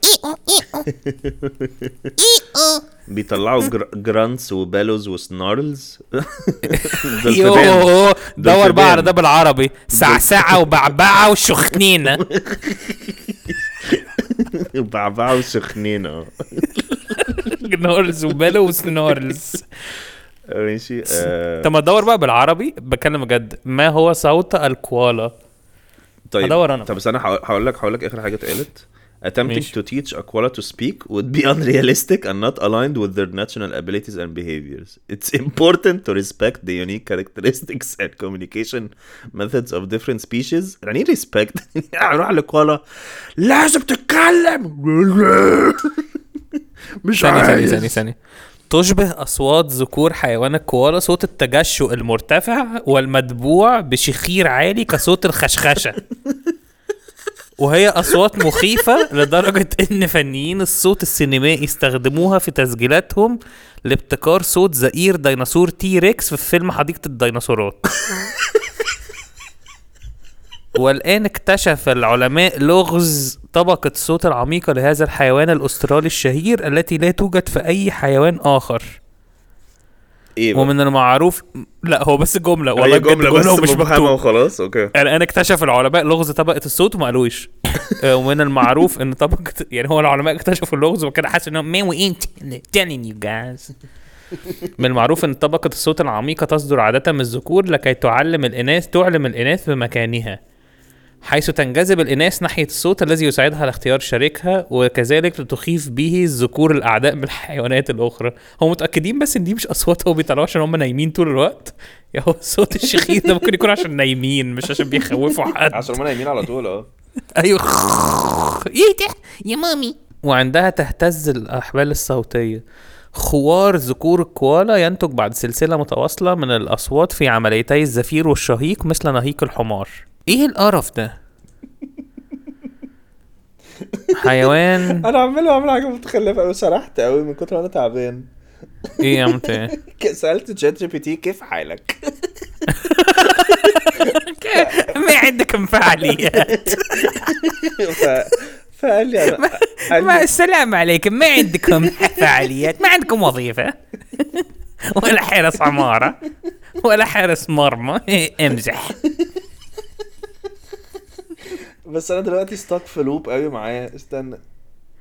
بيطلعوا جرانتس (laughs) وبالوز وسنارلز يوه أيوه، دور بقى على دلفدان. ده بالعربي (laughs) سعسعه وبعبعه وشخنينه (laughs) بعبعوا سخنين اه جنورز وبالو وسنورز ماشي آه، طب ما ادور بقى بالعربي بتكلم بجد ما هو صوت الكوالا طيب هدور أنا. طب استنى هقول- هقول لك هقول لك اخر حاجه اتقالت attempting ماشي. to teach a koala to speak would be (laughs) unrealistic and not aligned with their natural abilities and behaviors. It's important to respect the unique characteristics and communication methods of different species. يعني ايه respect؟ (laughs) اروح لكوالا لازم تتكلم (laughs) مش ثانية ثانية عايز. ثانية ثانية تشبه أصوات ذكور حيوان الكوالا صوت التجشؤ المرتفع والمتبوع بشخير عالي كصوت الخشخشة وهي أصوات مخيفة لدرجة إن فنيين الصوت السينمائي استخدموها في تسجيلاتهم لابتكار صوت زئير ديناصور تي ريكس في فيلم حديقة الديناصورات والآن اكتشف العلماء لغز طبقة الصوت العميقة لهذا الحيوان الأسترالي الشهير التي لا توجد في أي حيوان آخر ايه بقى؟ ومن المعروف لا هو بس جملة والله هي بجد جمله جملة بس ومش مبهمه مكتوب وخلاص اوكي يعني انا اكتشف العلماء لغز طبقه الصوت وما (laughs) قالوش آه، ومن المعروف ان طبقه يعني هو العلماء اكتشفوا اللغز وكده حاسس انهم man we ain't telling you guys من المعروف ان طبقه الصوت العميقه تصدر عاده من الذكور لكي تعلم الاناث تعلم الاناث بمكانها حيث تنجذب الاناث ناحيه الصوت الذي يساعدها على اختيار شريكها وكذلك لتخيف به الذكور الاعداء بالحيوانات الاخرى هم متاكدين بس ان دي مش اصوات هو بيطلعوها عشان هم نايمين طول الوقت يا هو صوت الشخير ده ممكن يكون عشان نايمين مش عشان بيخوفوا حد عشان ما نايمين على طول اه (laughs) ايوه ايه ده يا مامي وعندها تهتز الأحبال الصوتية خوار ذكور الكوالا ينتج بعد سلسلة متواصلة من الأصوات في عمليتي الزفير والشهيق مثل نهيق الحمار إيه القرف ده؟ حيوان انا عمال اعمل حاجه متخلفه قوي سرحت قوي من كتر ما انا تعبان إيه يا متى؟ سالت تشات جي بي تي كيف حالك؟ ما عندك انفعاليات (laughs) ف... فقال لي انا قال مع لي السلام عليكم ما عندكم فعاليات ما عندكم وظيفة ولا حارس عمارة ولا حارس مرمى امزح بس انا دلوقتي ستاك في لوب قوي معايا استنى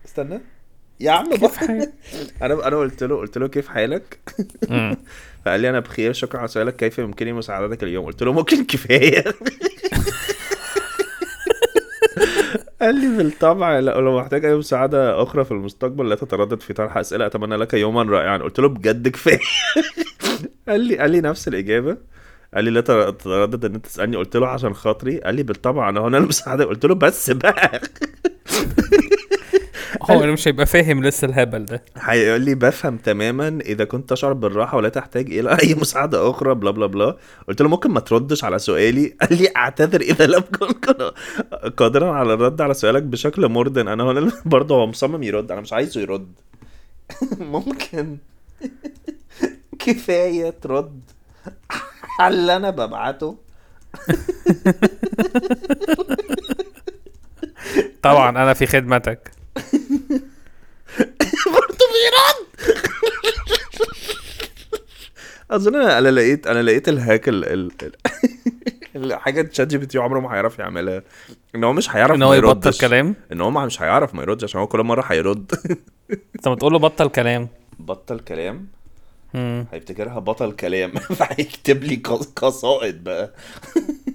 استنى يا عم (laughs) بقى انا انا قلت له قلت له كيف حالك؟ مم. (laughs) فقال لي انا بخير شكرا على سؤالك كيف يمكنني مساعدتك اليوم؟ قلت له ممكن كفايه (laughs) قال لي بالطبع لا- لو محتاج اي مساعده اخرى في المستقبل لا تتردد في طرح اسئله اتمنى لك يوما رائعا قلت له بجد كفايه (laughs) قال لي قال لي نفس الاجابه قال لي لا تر- تتردد ان انت تسالني قلت له عشان خاطري قال لي بالطبع انا هنا المساعده قلت له بس بقى (laughs) هو مش هيبقى فاهم لسه الهبل ده هيقول لي بفهم تماما اذا كنت تشعر بالراحه ولا تحتاج الى اي مساعده اخرى بلا بلا بلا قلت له ممكن ما تردش على سؤالي (laughs) قال لي اعتذر اذا لم كنت قادرا على الرد على سؤالك بشكل مرضٍ انا هنا (laughs) برضه هو مصمم يرد انا مش عايزه يرد (laughs) ممكن (laughs) كفايه ترد على اللي انا ببعته طبعا انا في خدمتك برضه بيرد اظن انا انا لقيت انا لقيت الهاك ال ال (laughs) ال- الحاجه تشات جي بي تي عمره ما هيعرف يعملها ان هو مش هيعرف ان هو ما يبطل يردش. كلام ان هو مش هيعرف ما يردش عشان هو كل مره هيرد (laughs) انت ما تقول له بطل كلام بطل كلام مم. (laughs) هيفتكرها بطل كلام فهيكتب لي قص- قصائد بقى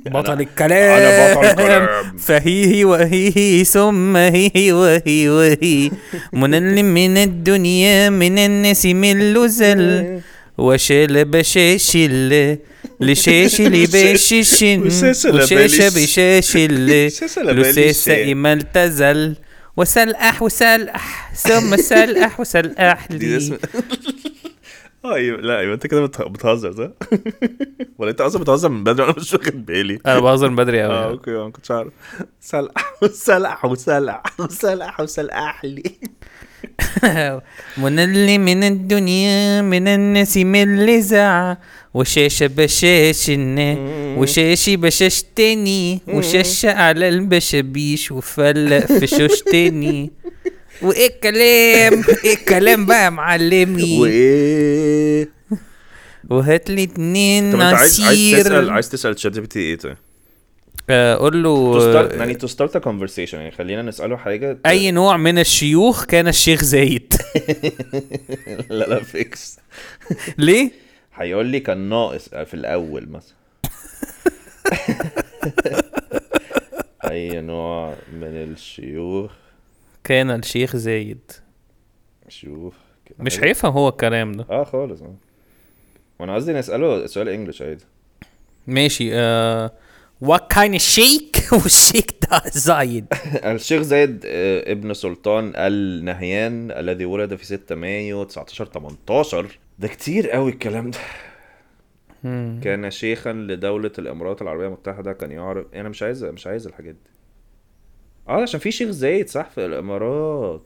بطل الكلام (laughs) انا بطل كلام فهيه وهيه ثم هيه وهي وهي منل من الدنيا من الناس من لزل وشال بشاشل (laughs) لشاشل بشاشن وساسة وشاشة لباليس. (laughs) بشاشل ساسة لباليس لساسة شيء. ما التزل وسلأح وسلأح ثم سلأح وسلأح دي لي اسم (laughs) اه يبقى- لا يبقى انت كده بت- بتهزر صح؟ (laughs) ولا انت اصلا بتهزر من بدري وانا مش واخد بالي انا بهزر من بدري اه قوي اوكي انا ما كنتش عارف (laughs) سلقح وسلقح وسلقح وسلقح وسلقح لي منل من الدنيا من الناس من لزع وشاشة بشاشن وشاشي بشاشتني وشاشة على البشابيش وفلق في شوشتني وايه الكلام ايه الكلام بقى يا معلمي وايه وهات لي اتنين طب انت عايز عايز تسال عصير عايز تسال شات جي بي تي ايه طيب؟ آه، قول To start- له يعني تو ستارت ا كونفرسيشن يعني خلينا نساله حاجه ت- اي نوع من الشيوخ كان الشيخ زايد لا لا فيكس ليه هيقول لي كان ناقص في الاول مثلا اي نوع من الشيوخ كان الشيخ زايد شيوخ كده. مش هيفهم هو الكلام ده اه خالص اه وانا قصدي نساله سؤال انجلش عادي (laughs) ماشي uh, what kind of shake (laughs) والشيك ده (laughs) زايد الشيخ زايد آه، ابن سلطان النهيان الذي ولد في 6 مايو 19 18 ده كتير قوي الكلام ده كان شيخا لدولة الامارات العربية المتحدة كان يعرف انا مش عايز مش عايز الحاجات دي اه عشان في شيخ زايد صح في الامارات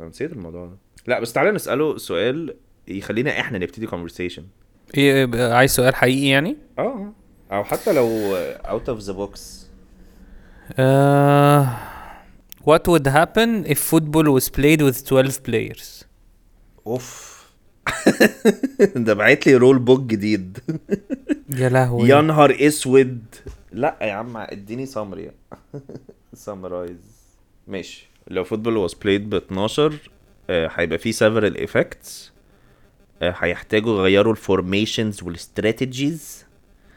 انا نسيت الموضوع ده لا بس تعالى نسأله سؤال يخلينا احنا نبتدي conversation ايه يبقى عايز سؤال حقيقي يعني اه آه. او حتى لو اوت اوف ذا بوكس uh, what would happen if football was played with 12 players اوف (laughs) ده بعت لي رول بوك جديد (laughs) يا لهوي يا نهار اسود لا يا عم اديني سمري (laughs) سمرايز ماشي لو فوتبول واز بلايد ب 12 آه، هيبقى فيه سيفرال افكتس هيحتاجوا يغيروا الفورميشنز والاستراتيجيز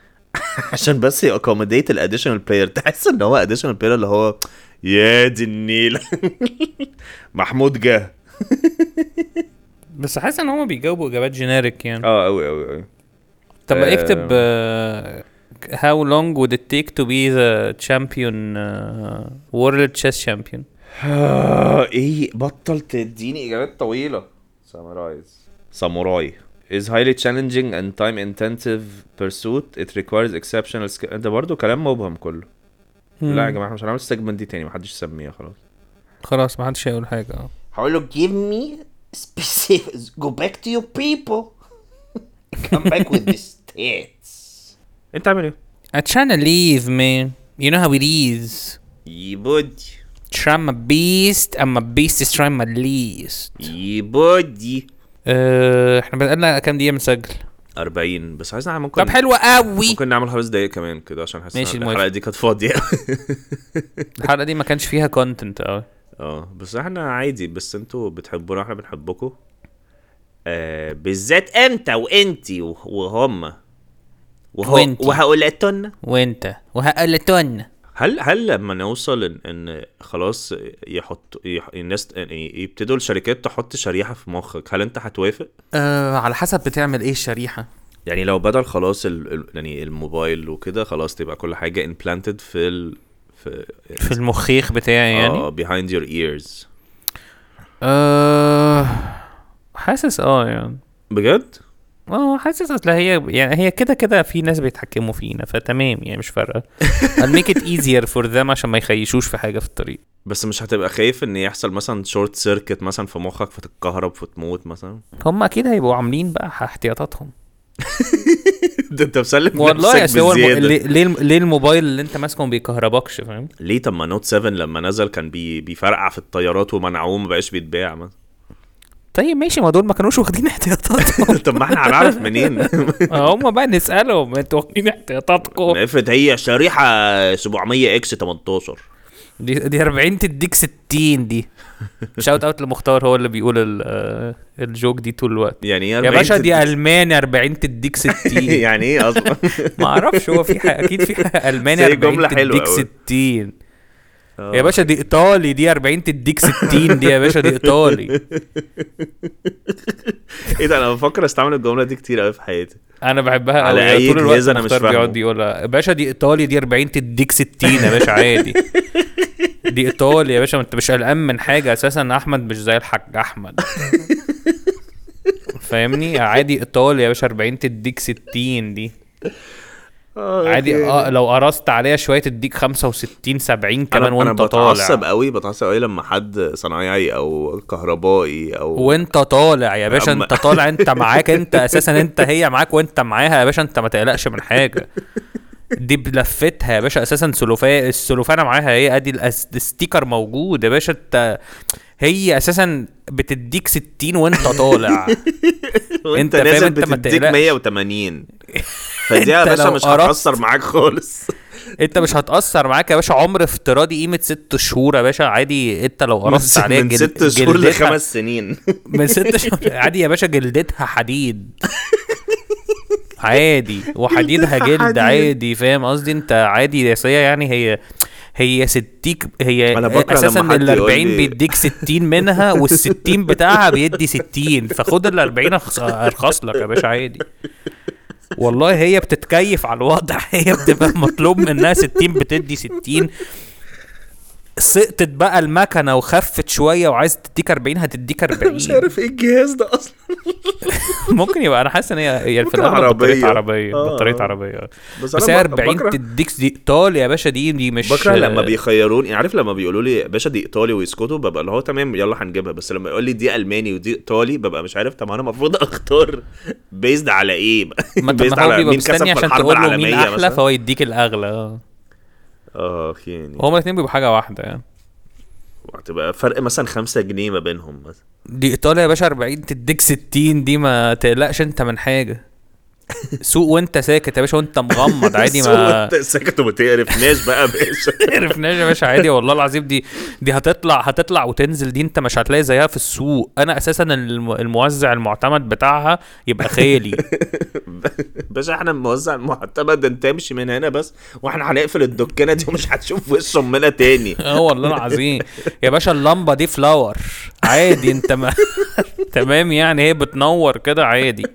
(laughs) عشان بس يأكوموديت الاديشنال بلاير تحس ان هو اديشنال بلاير اللي هو يا دي النيله (laughs) محمود جه بس حاسس ان هم بيجاوبوا اجابات جينيريك يعني اه قوي قوي قوي طب آه. اكتب uh, how long would it take to be the champion uh, world chess champion آه، ايه بطل تديني اجابات طويله سامورايز ساموراي is highly challenging and time intensive pursuit it requires exceptional skill ده برضه كلام مبهم كله لا يا جماعه احنا مش هنعمل السيجمنت دي تاني محدش يسميها خلاص خلاص ما حدش هيقول حاجه اه هقول له give me specifics (laughs) go back to your people (laughs) come back with the stats انت عامل ايه؟ I'm trying to leave man you know how it is يبودي try my best and my best is try my least يبودي أه احنا بقالنا كام دقيقة بنسجل 40 بس عايزنا ممكن طب حلوة قوي ممكن نعمل خمس دقايق كمان كده عشان حاسس ماشي، إن موافق. الحلقه دي كانت فاضيه الحلقة دي ما كانش فيها كونتنت قوي اه بس احنا عادي بس انتوا بتحبونا احنا بنحبكم آه بالذات انت وانتي و- وهم وهو وانتي. وهقولتن وانت وهقلتون هل هل لما نوصل ان, إن خلاص يحط يح... الناس يعني يبتدوا الشركات تحط شريحه في مخك هل انت هتوافق؟ أه على حسب بتعمل ايه الشريحة يعني لو بدل خلاص ال... ال- يعني الموبايل وكده خلاص تبقى كل حاجه implanted في ال... في في المخيخ بتاعي يعني اه behind your ears أه حاسس اه يعني بجد؟ اه حاسس اصل هي يعني هي كده كده في ناس بيتحكموا فينا فتمام يعني مش (laughs) فارقة I'll make it easier for them عشان ما يخيشوش في حاجة في الطريق بس مش هتبقى خايف ان يحصل مثلا شورت سيركت مثلا في مخك فتتكهرب فتموت (laughs) مثلا هم اكيد هيبقوا عاملين بقى احتياطاتهم ده انت مسلم والله والله اصل هو الم... بزياده ليه- ليه الم- ليه الموبايل اللي انت ماسكه ما بيكهربكش فاهم ليه طب ما نوت 7 لما نزل كان بي... بيفرقع في الطيارات ومنعوه ما بقاش بيتباع مثلا طيب ماشي ما دول ما كانوش واخدين (laughs) احتياطاتهم (laughs) طب ما احنا هنعرف (laughs) منين آه، هم بقى نسالهم انتوا واخدين احتياطاتكم افرض هي شريحه 700 اكس 18 (laughs) دي دي 40 تديك 60 دي شاوت اوت لمختار هو اللي بيقول ال- آه، الجوك دي طول الوقت يعني ايه يا 40 باشا دي تديك- الماني 40 تديك (laughs) 60 (laughs) يعني ايه اصلا ما اعرفش هو في حاجه اكيد في حاجه الماني زي 40 جملة حلوة تديك أوي. 60 آه. يا (laughs) باشا دي ايطالي دي 40 تديك 60 دي يا باشا دي (laughs) ايطالي ايه ده انا بفكر استعمل الجمله دي كتير قوي في حياتي انا بحبها على أوي. أي طول الوقت جهاز أنا مش مختار فاهمه. بيقعد يقول يا باشا دي ايطالي دي 40 تديك 60 يا باشا عادي دي ايطالي يا باشا ما انت مش قلقان من حاجه اساسا احمد مش زي الحاج (laughs) احمد فاهمني عادي ايطالي يا باشا 40 تديك 60 دي عادي اه لو قرصت عليها شويه تديك 65 70 كمان أنا- وانت انا بتعصب طالع قوي بتعصب قوي لما حد صنايعي او كهربائي او وانت طالع يا باشا أما- انت طالع انت معاك (laughs) انت اساسا انت هي معاك وانت معاها يا باشا انت ما تقلقش من حاجه دي بلفتها يا باشا اساسا سلوفان السلوفانه معاها هي ادي الأس- الستيكر موجود يا باشا انت هي اساسا بتديك 60 وانت (laughs) طالع انت وانت فاهم نازل انت ما بتديك تقلقش. (laughs) 180 فدي يا انت باشا لو مش قرصت- هتأثر معاك خالص انت مش هتاثر معاك يا باشا عمر افتراضي قيمه ست شهور يا باشا عادي انت لو (laughs) قرصت عليها من جل- ست شهور جلدتها- (laughs) لخمس سنين من ست شهور عادي يا باشا جلدتها حديد عادي وحديدها جلدتها حديد. جلد عادي فاهم قصدي انت عادي يا سيا يعني هي هي ستيك هي أنا بكره اساسا لما حد ال يقول 40 لي- بيديك 60 (laughs) منها وال 60 بتاعها بيدي 60 فخد ال 40 أخص- ارخص لك يا باشا عادي والله هي بتتكيف على الوضع (laughs) هي بتبقى مطلوب منها 60 بتدي 60 سقطت بقى المكنه وخفت شويه وعايز تديك 40 هتديك 40 مش عارف ايه الجهاز ده اصلا (laughs) ممكن يبقى انا حاسس ان هي هي في ممكن الاغلب بطاريه عربية. عربيه آه، بطاريه آه. عربيه بس بس أنا هي بك- 40 بكره- تديك دي ايطالي يا باشا دي دي مش بكره لما بيخيروني عارف لما بيقولوا لي يا باشا دي ايطالي ويسكتوا ببقى اللي هو تمام يلا هنجيبها بس لما يقول لي دي الماني ودي ايطالي ببقى مش عارف طب انا المفروض اختار بيزد على ايه (laughs) بقى؟ ما انت based ما هو بيبقى كسب في مستني عشان الحرب تقول له مين العالمية احلى مثلاً؟ فهو يديك الاغلى اه اه أوكي، يعني هما الاثنين بيبقوا حاجه واحده يعني هتبقى فرق مثلا 5 جنيه ما بينهم مثلا دي ايطاليا يا باشا 40 تديك 60 دي ما تقلقش انت من (laughs) حاجه سوق وانت ساكت يا باشا وانت مغمض عادي بس ما وانت ساكت وما تقرفناش بقى يا باشا عرفناش يا باشا عادي والله العظيم دي دي هتطلع هتطلع وتنزل دي انت مش هتلاقي زيها في السوق انا اساسا الم- الموزع المعتمد بتاعها يبقى خالي (laughs) (laughs) باشا احنا موزع المعتمد ده انت امشي من هنا بس واحنا هنقفل الدكانه دي ومش هتشوف وش امنا تاني (laughs) اه والله العظيم يا باشا اللمبه دي فلاور عادي انت ما (laughs) تمام يعني هي بتنور كده عادي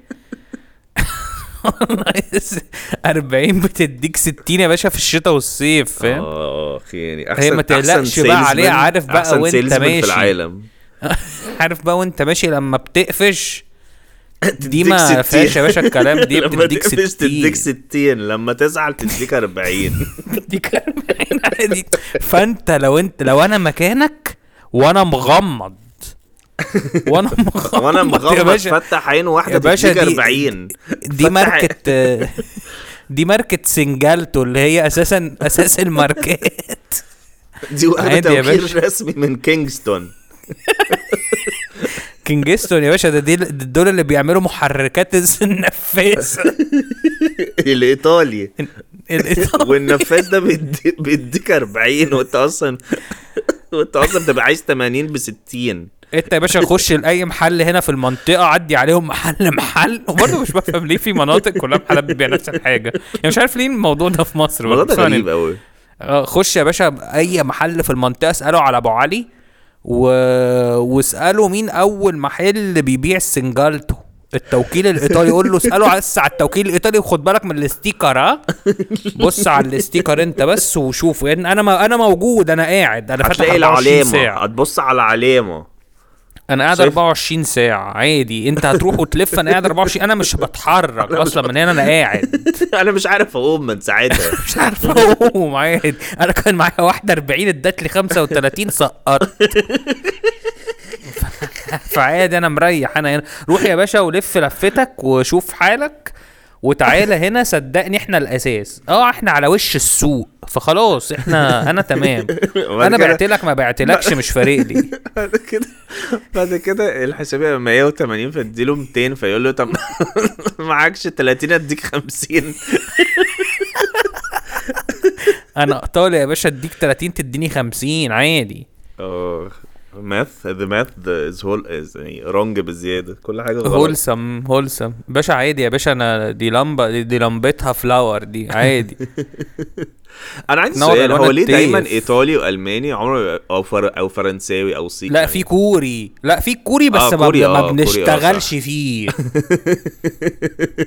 (laughs) والله يس- 40 بتديك 60 يا باشا في الشتاء والصيف فاهم اه خياني هي ما تقلقش بقى عليها، عارف بقى أحسن وانت salesman ماشي. في العالم (laughs) عارف بقى وانت ماشي لما بتقفش (laughs) دي تديك ما 60. فيهاش يا باشا الكلام دي (laughs) لما بتديك تقفش 60 تديك 60 لما تزعل تديك 40 (laughs) بتديك 40 عادي فانت لو انت لو انا مكانك وانا مغمض وانا مغمض وانا يا مغمض باشا فتح عين واحده يا باشا تديك دي- 40 دي فتح- ماركة دي ماركة سنجالتو اللي هي اساسا اساس الماركات دي واخده عادي يا توكيل باشا. رسمي من كينجستون كينجستون يا باشا ده دي دول اللي بيعملوا محركات (laughs) النفاثة الايطالي الإيطالي. والنفاذ ده بيدي- بيديك 40 وانت اصلا (laughs) وانت اصلا بتبقى عايز 80 ب 60 انت يا باشا خش لاي محل هنا في المنطقه عدي عليهم محل محل وبرضه مش بفهم ليه في مناطق كلها محلات بتبيع نفس الحاجه يعني مش عارف ليه الموضوع ده في مصر الموضوع بس ده يعني غريب قوي اه، خش يا باشا اي محل في المنطقه اساله على ابو علي و... واساله مين اول محل بيبيع السنجالتو التوكيل الايطالي قول له اساله بس على التوكيل الايطالي وخد بالك من الاستيكر ها بص على الاستيكر انت بس وشوف لان انا ما انا موجود انا قاعد انا فاتح هتلاقي 24 العلامه ساعه هتبص على (laughs) علامه انا قاعد شايف؟ 24 ساعه عادي انت هتروح وتلف انا قاعد 24 انا مش (laughs) بتحرك اصلا من هنا انا قاعد انا مش عارف اقوم من (laughs) ساعتها مش عارف اقوم عادي انا كان معايا واحده 40 ادت لي 35 سقطت (laughs) فعادي انا مريح انا هنا روح يا باشا ولف لفتك وشوف حالك وتعالى هنا صدقني احنا الاساس اه احنا على وش السوق فخلاص احنا انا (laughs) تمام وبعد انا كده- بعت لك ما بعتلكش مش فارق لي (laughs) بعد كده بعد كده الحسابية 180 فاديله 200 فيقول له طب (laughs) معكش 30 اديك 50 انا طالع يا باشا اديك 30 تديني 50 عادي اه ماث ذا ماث از هول از يعني رونج بزياده كل حاجه غلط هولسم هولسم باشا عادي يا باشا انا دي لمبه دي, دي لمبتها فلاور دي (laughs) عادي انا عندي نور سؤال هو ألوان ليه دايما التيف. ايطالي والماني عمره ما بيبقى- او فر... او فرنساوي او صيني لا يعني. في كوري لا في كوري بس آه، ما, كوري، كوري ما آه، كوري، آه، بنشتغلش صح. (laughs) فيه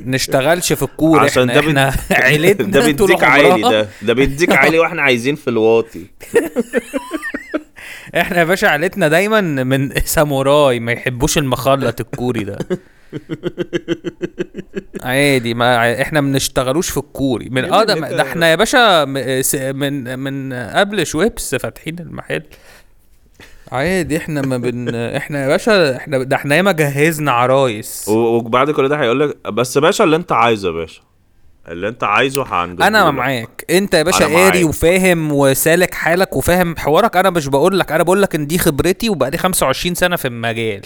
نشتغلش في الكوري عشان احنا (laughs) ده بن- احنا (laughs) عيلتنا ده طول بيديك عالي عمرها- ده ده بيديك عالي واحنا عايزين في الواطي احنا يا باشا عيلتنا دايما من ساموراي ما يحبوش المخلط الكوري ده عادي ما ع- احنا ما بنشتغلوش في الكوري من يا اه ابني ده, انت- ده احنا يا باشا م- س- من من قبل شويبس فاتحين المحل عادي احنا ما بن احنا يا باشا احنا ده احنا ياما جهزنا عرايس و- وبعد كل ده هيقول لك بس باشا اللي انت عايزه يا باشا اللي انت عايزه هنجيبه انا لك." معاك انت يا باشا أنا معاك. قاري وفاهم وسالك حالك وفاهم حوارك انا مش بقول لك انا بقول لك ان دي خبرتي وبقالي 25 سنه في المجال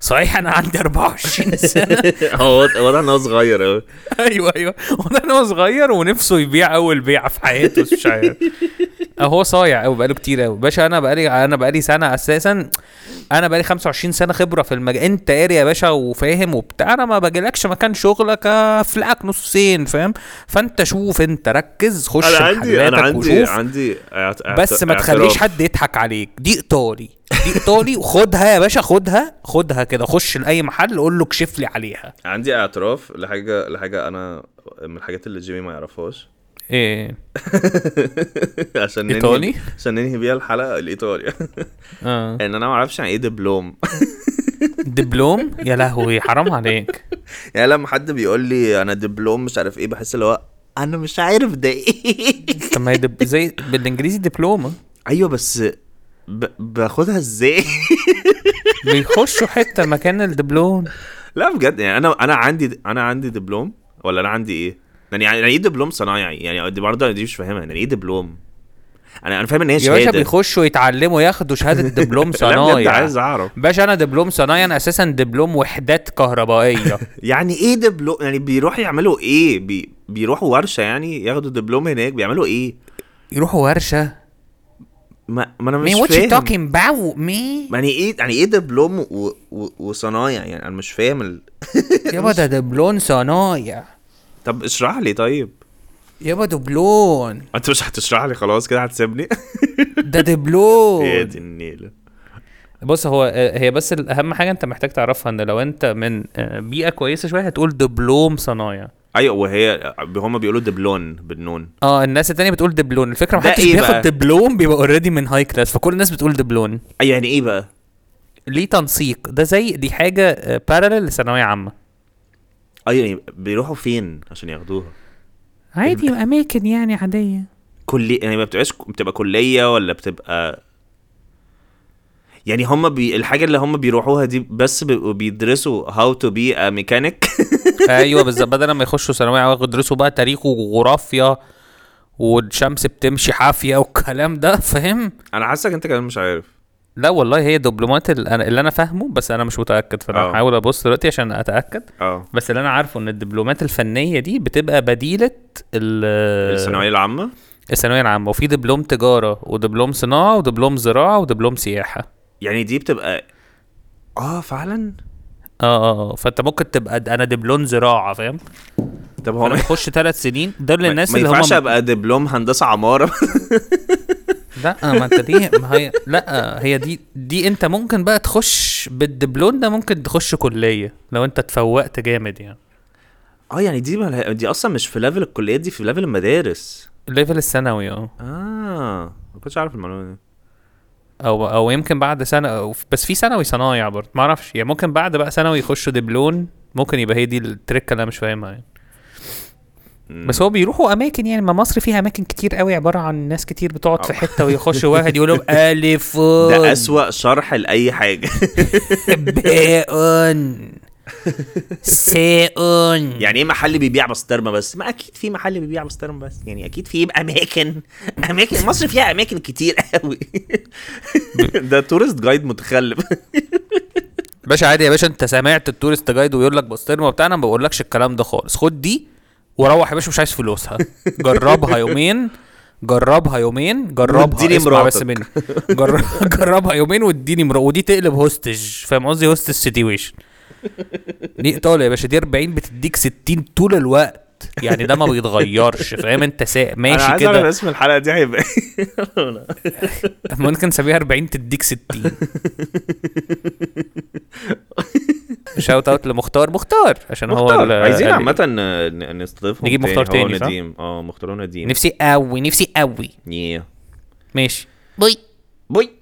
صحيح انا عندي (laughs) 24 سنه (laughs) هو واضح ان هو صغير قوي (laughs) ايوه ايوه وانا أنا صغير ونفسه يبيع اول بيعه في حياته بس مش (laughs) عارف هو صايع قوي بقاله كتير قوي باشا انا بقالي انا بقالي سنه اساسا انا بقالي 25 سنه خبره في المجال انت قاري يا باشا وفاهم وبتاع انا ما بجيلكش مكان شغلك افلقك نصين فاهم فانت شوف انت ركز خش انا عندي انا محلاتك عندي وشوف عندي اعت- اعت- بس ما اعتراف. تخليش حد يضحك عليك دي ايطالي دي ايطالي وخدها يا باشا خدها خدها كده خش لاي محل قول له كشف لي عليها عندي اعتراف لحاجه لحاجه انا من الحاجات اللي جيمي ما يعرفهاش إيه. ايه عشان ننهي- إيطالي؟ عشان ننهي بيها الحلقه الايطالي اه ان انا ما اعرفش (laughs) يعني ايه دبلوم (laughs) دبلوم يا لهوي حرام عليك يعني لما حد بيقول لي انا دبلوم مش عارف ايه بحس اللي هو انا مش عارف ده ايه طب ما هي دب... زي بالانجليزي دبلومه ايوه بس ب... باخدها ازاي بيخشوا حته مكان الدبلوم لا بجد يعني انا انا عندي انا عندي دبلوم ولا انا عندي ايه يعني يعني ايه دبلوم صنايعي يعني دي برضه دي مش فاهمها يعني ايه دبلوم انا انا فاهم ان هي يا باشا شهاده بيخشوا يتعلموا ياخدوا شهاده دبلوم (laughs) لا بجد عايز صنايع اعرف باشا انا دبلوم صنايع انا اساسا دبلوم وحدات كهربائيه يعني ايه دبلوم يعني بيروحوا يعملوا ايه بي... بيروحوا ورشه يعني ياخدوا دبلوم هناك بيعملوا ايه يروحوا ورشه ما, ما انا مش Man, what you فاهم talking about, (laughs) man? يعني ايه يعني ايه دبلوم و... و... وصنايع يعني انا مش فاهم ال... يابا ده دبلون صنايع طب اشرح لي طيب يابا دبلون انت مش هتشرح لي خلاص كده هتسيبني (laughs) ده يا دبلون دي النيله بص هو آه، هي بس اهم حاجه انت محتاج تعرفها ان لو انت من آه، بيئه كويسه شويه هتقول دبلوم صنايع ايوه وهي هما بيقولوا دبلون بالنون اه الناس التانية بتقول دبلون الفكرة ده محدش إيه بياخد بقى؟ دبلوم بيبقى اوريدي من هاي كلاس فكل الناس بتقول دبلون أي يعني ايه بقى ليه تنسيق ده زي دي حاجة بارالل لثانوية عامة اي يعني بيروحوا فين عشان ياخدوها عادي أماكن يعني (laughs) عادية كلية يعني ما بتبقاش بتبقى كلية ولا بتبقى يعني هما بي... الحاجة اللي هما بيروحوها دي بس بيبقوا بيدرسوا هاو تو بي ا ميكانيك (laughs) ايوه بالظبط بدل ما يخشوا ثانوية عامة يدرسوا بقى تاريخ وجغرافيا والشمس بتمشي حافية والكلام ده فاهم انا حاسك انت كمان مش عارف لا والله هي دبلومات ال- أنا- اللي انا فاهمه بس انا مش متاكد فانا آه. هحاول ابص دلوقتي عشان اتاكد اه بس اللي انا عارفه ان الدبلومات الفنيه دي بتبقى بديله ال- الثانوية العامة الثانويه العامه وفي دبلوم تجاره ودبلوم صناعه ودبلوم زراعه ودبلوم سياحه يعني دي بتبقى اه فعلا اه اه آه، فانت ممكن تبقى د- انا دبلوم زراعه فاهم طب هو انا ما بخش ثلاث سنين دول (laughs) ما الناس ما اللي هم ينفعش ابقى دبلوم هندسة عمارة (laughs) لا ما انت دي ما هي لا هي دي دي انت ممكن بقى تخش بالدبلوم ده ممكن تخش كليه لو انت اتفوقت جامد يعني اه يعني دي مالها- دي اصلا مش في ليفل الكليات دي في ليفل المدارس الليفل الثانوي اه اه ما كنتش عارف المعلومة دي او او يمكن بعد سنه أو ف- بس في ثانوي صنايع برضه ما اعرفش يعني ممكن بعد بقى ثانوي يخشوا دبلون ممكن يبقى هي دي التريك اللي انا مش فاهمها يعني بس هو بيروحوا اماكن يعني ما مصر فيها اماكن كتير قوي عباره عن ناس كتير بتقعد في حته ويخش واحد يقول لهم الف ده اسوأ شرح لاي حاجه باء ساء (laughs) (laughs) يعني ايه محل بيبيع بسطرمه بس ما اكيد في محل بيبيع بسطرمه بس يعني اكيد في يبقى (laughs) اماكن اماكن مصر فيها اماكن كتير قوي (laughs) ده تورست جايد متخلف (laughs) باشا عادي يا باشا انت سمعت التورست جايد ويقول لك بسطرمه وبتاع انا ما بقولكش الكلام ده خالص خد دي وروح يا باشا مش عايز فلوسها جربها يومين جربها يومين جربها واديني اسمع بس مراتك. مني جر... جربها يومين واديني مرا ودي تقلب هوستج فاهم قصدي هوستج سيتويشن دي ايطاليا يا باشا دي 40 بتديك 60 طول الوقت يعني ده ما بيتغيرش فاهم انت سا... انا ماشي عايز اعرف كده اسم الحلقه دي هيبقى إيه. ممكن سابيها 40 تديك 60 شاوت اوت لمختار مختار عشان هو مختار ال- عايزين قال- عامه ن- نستضيفهم نجيب مختار هو تاني، صح؟ نديم اه مختار ونديم نفسي قوي نفسي قوي نفسي ماشي Bye. باي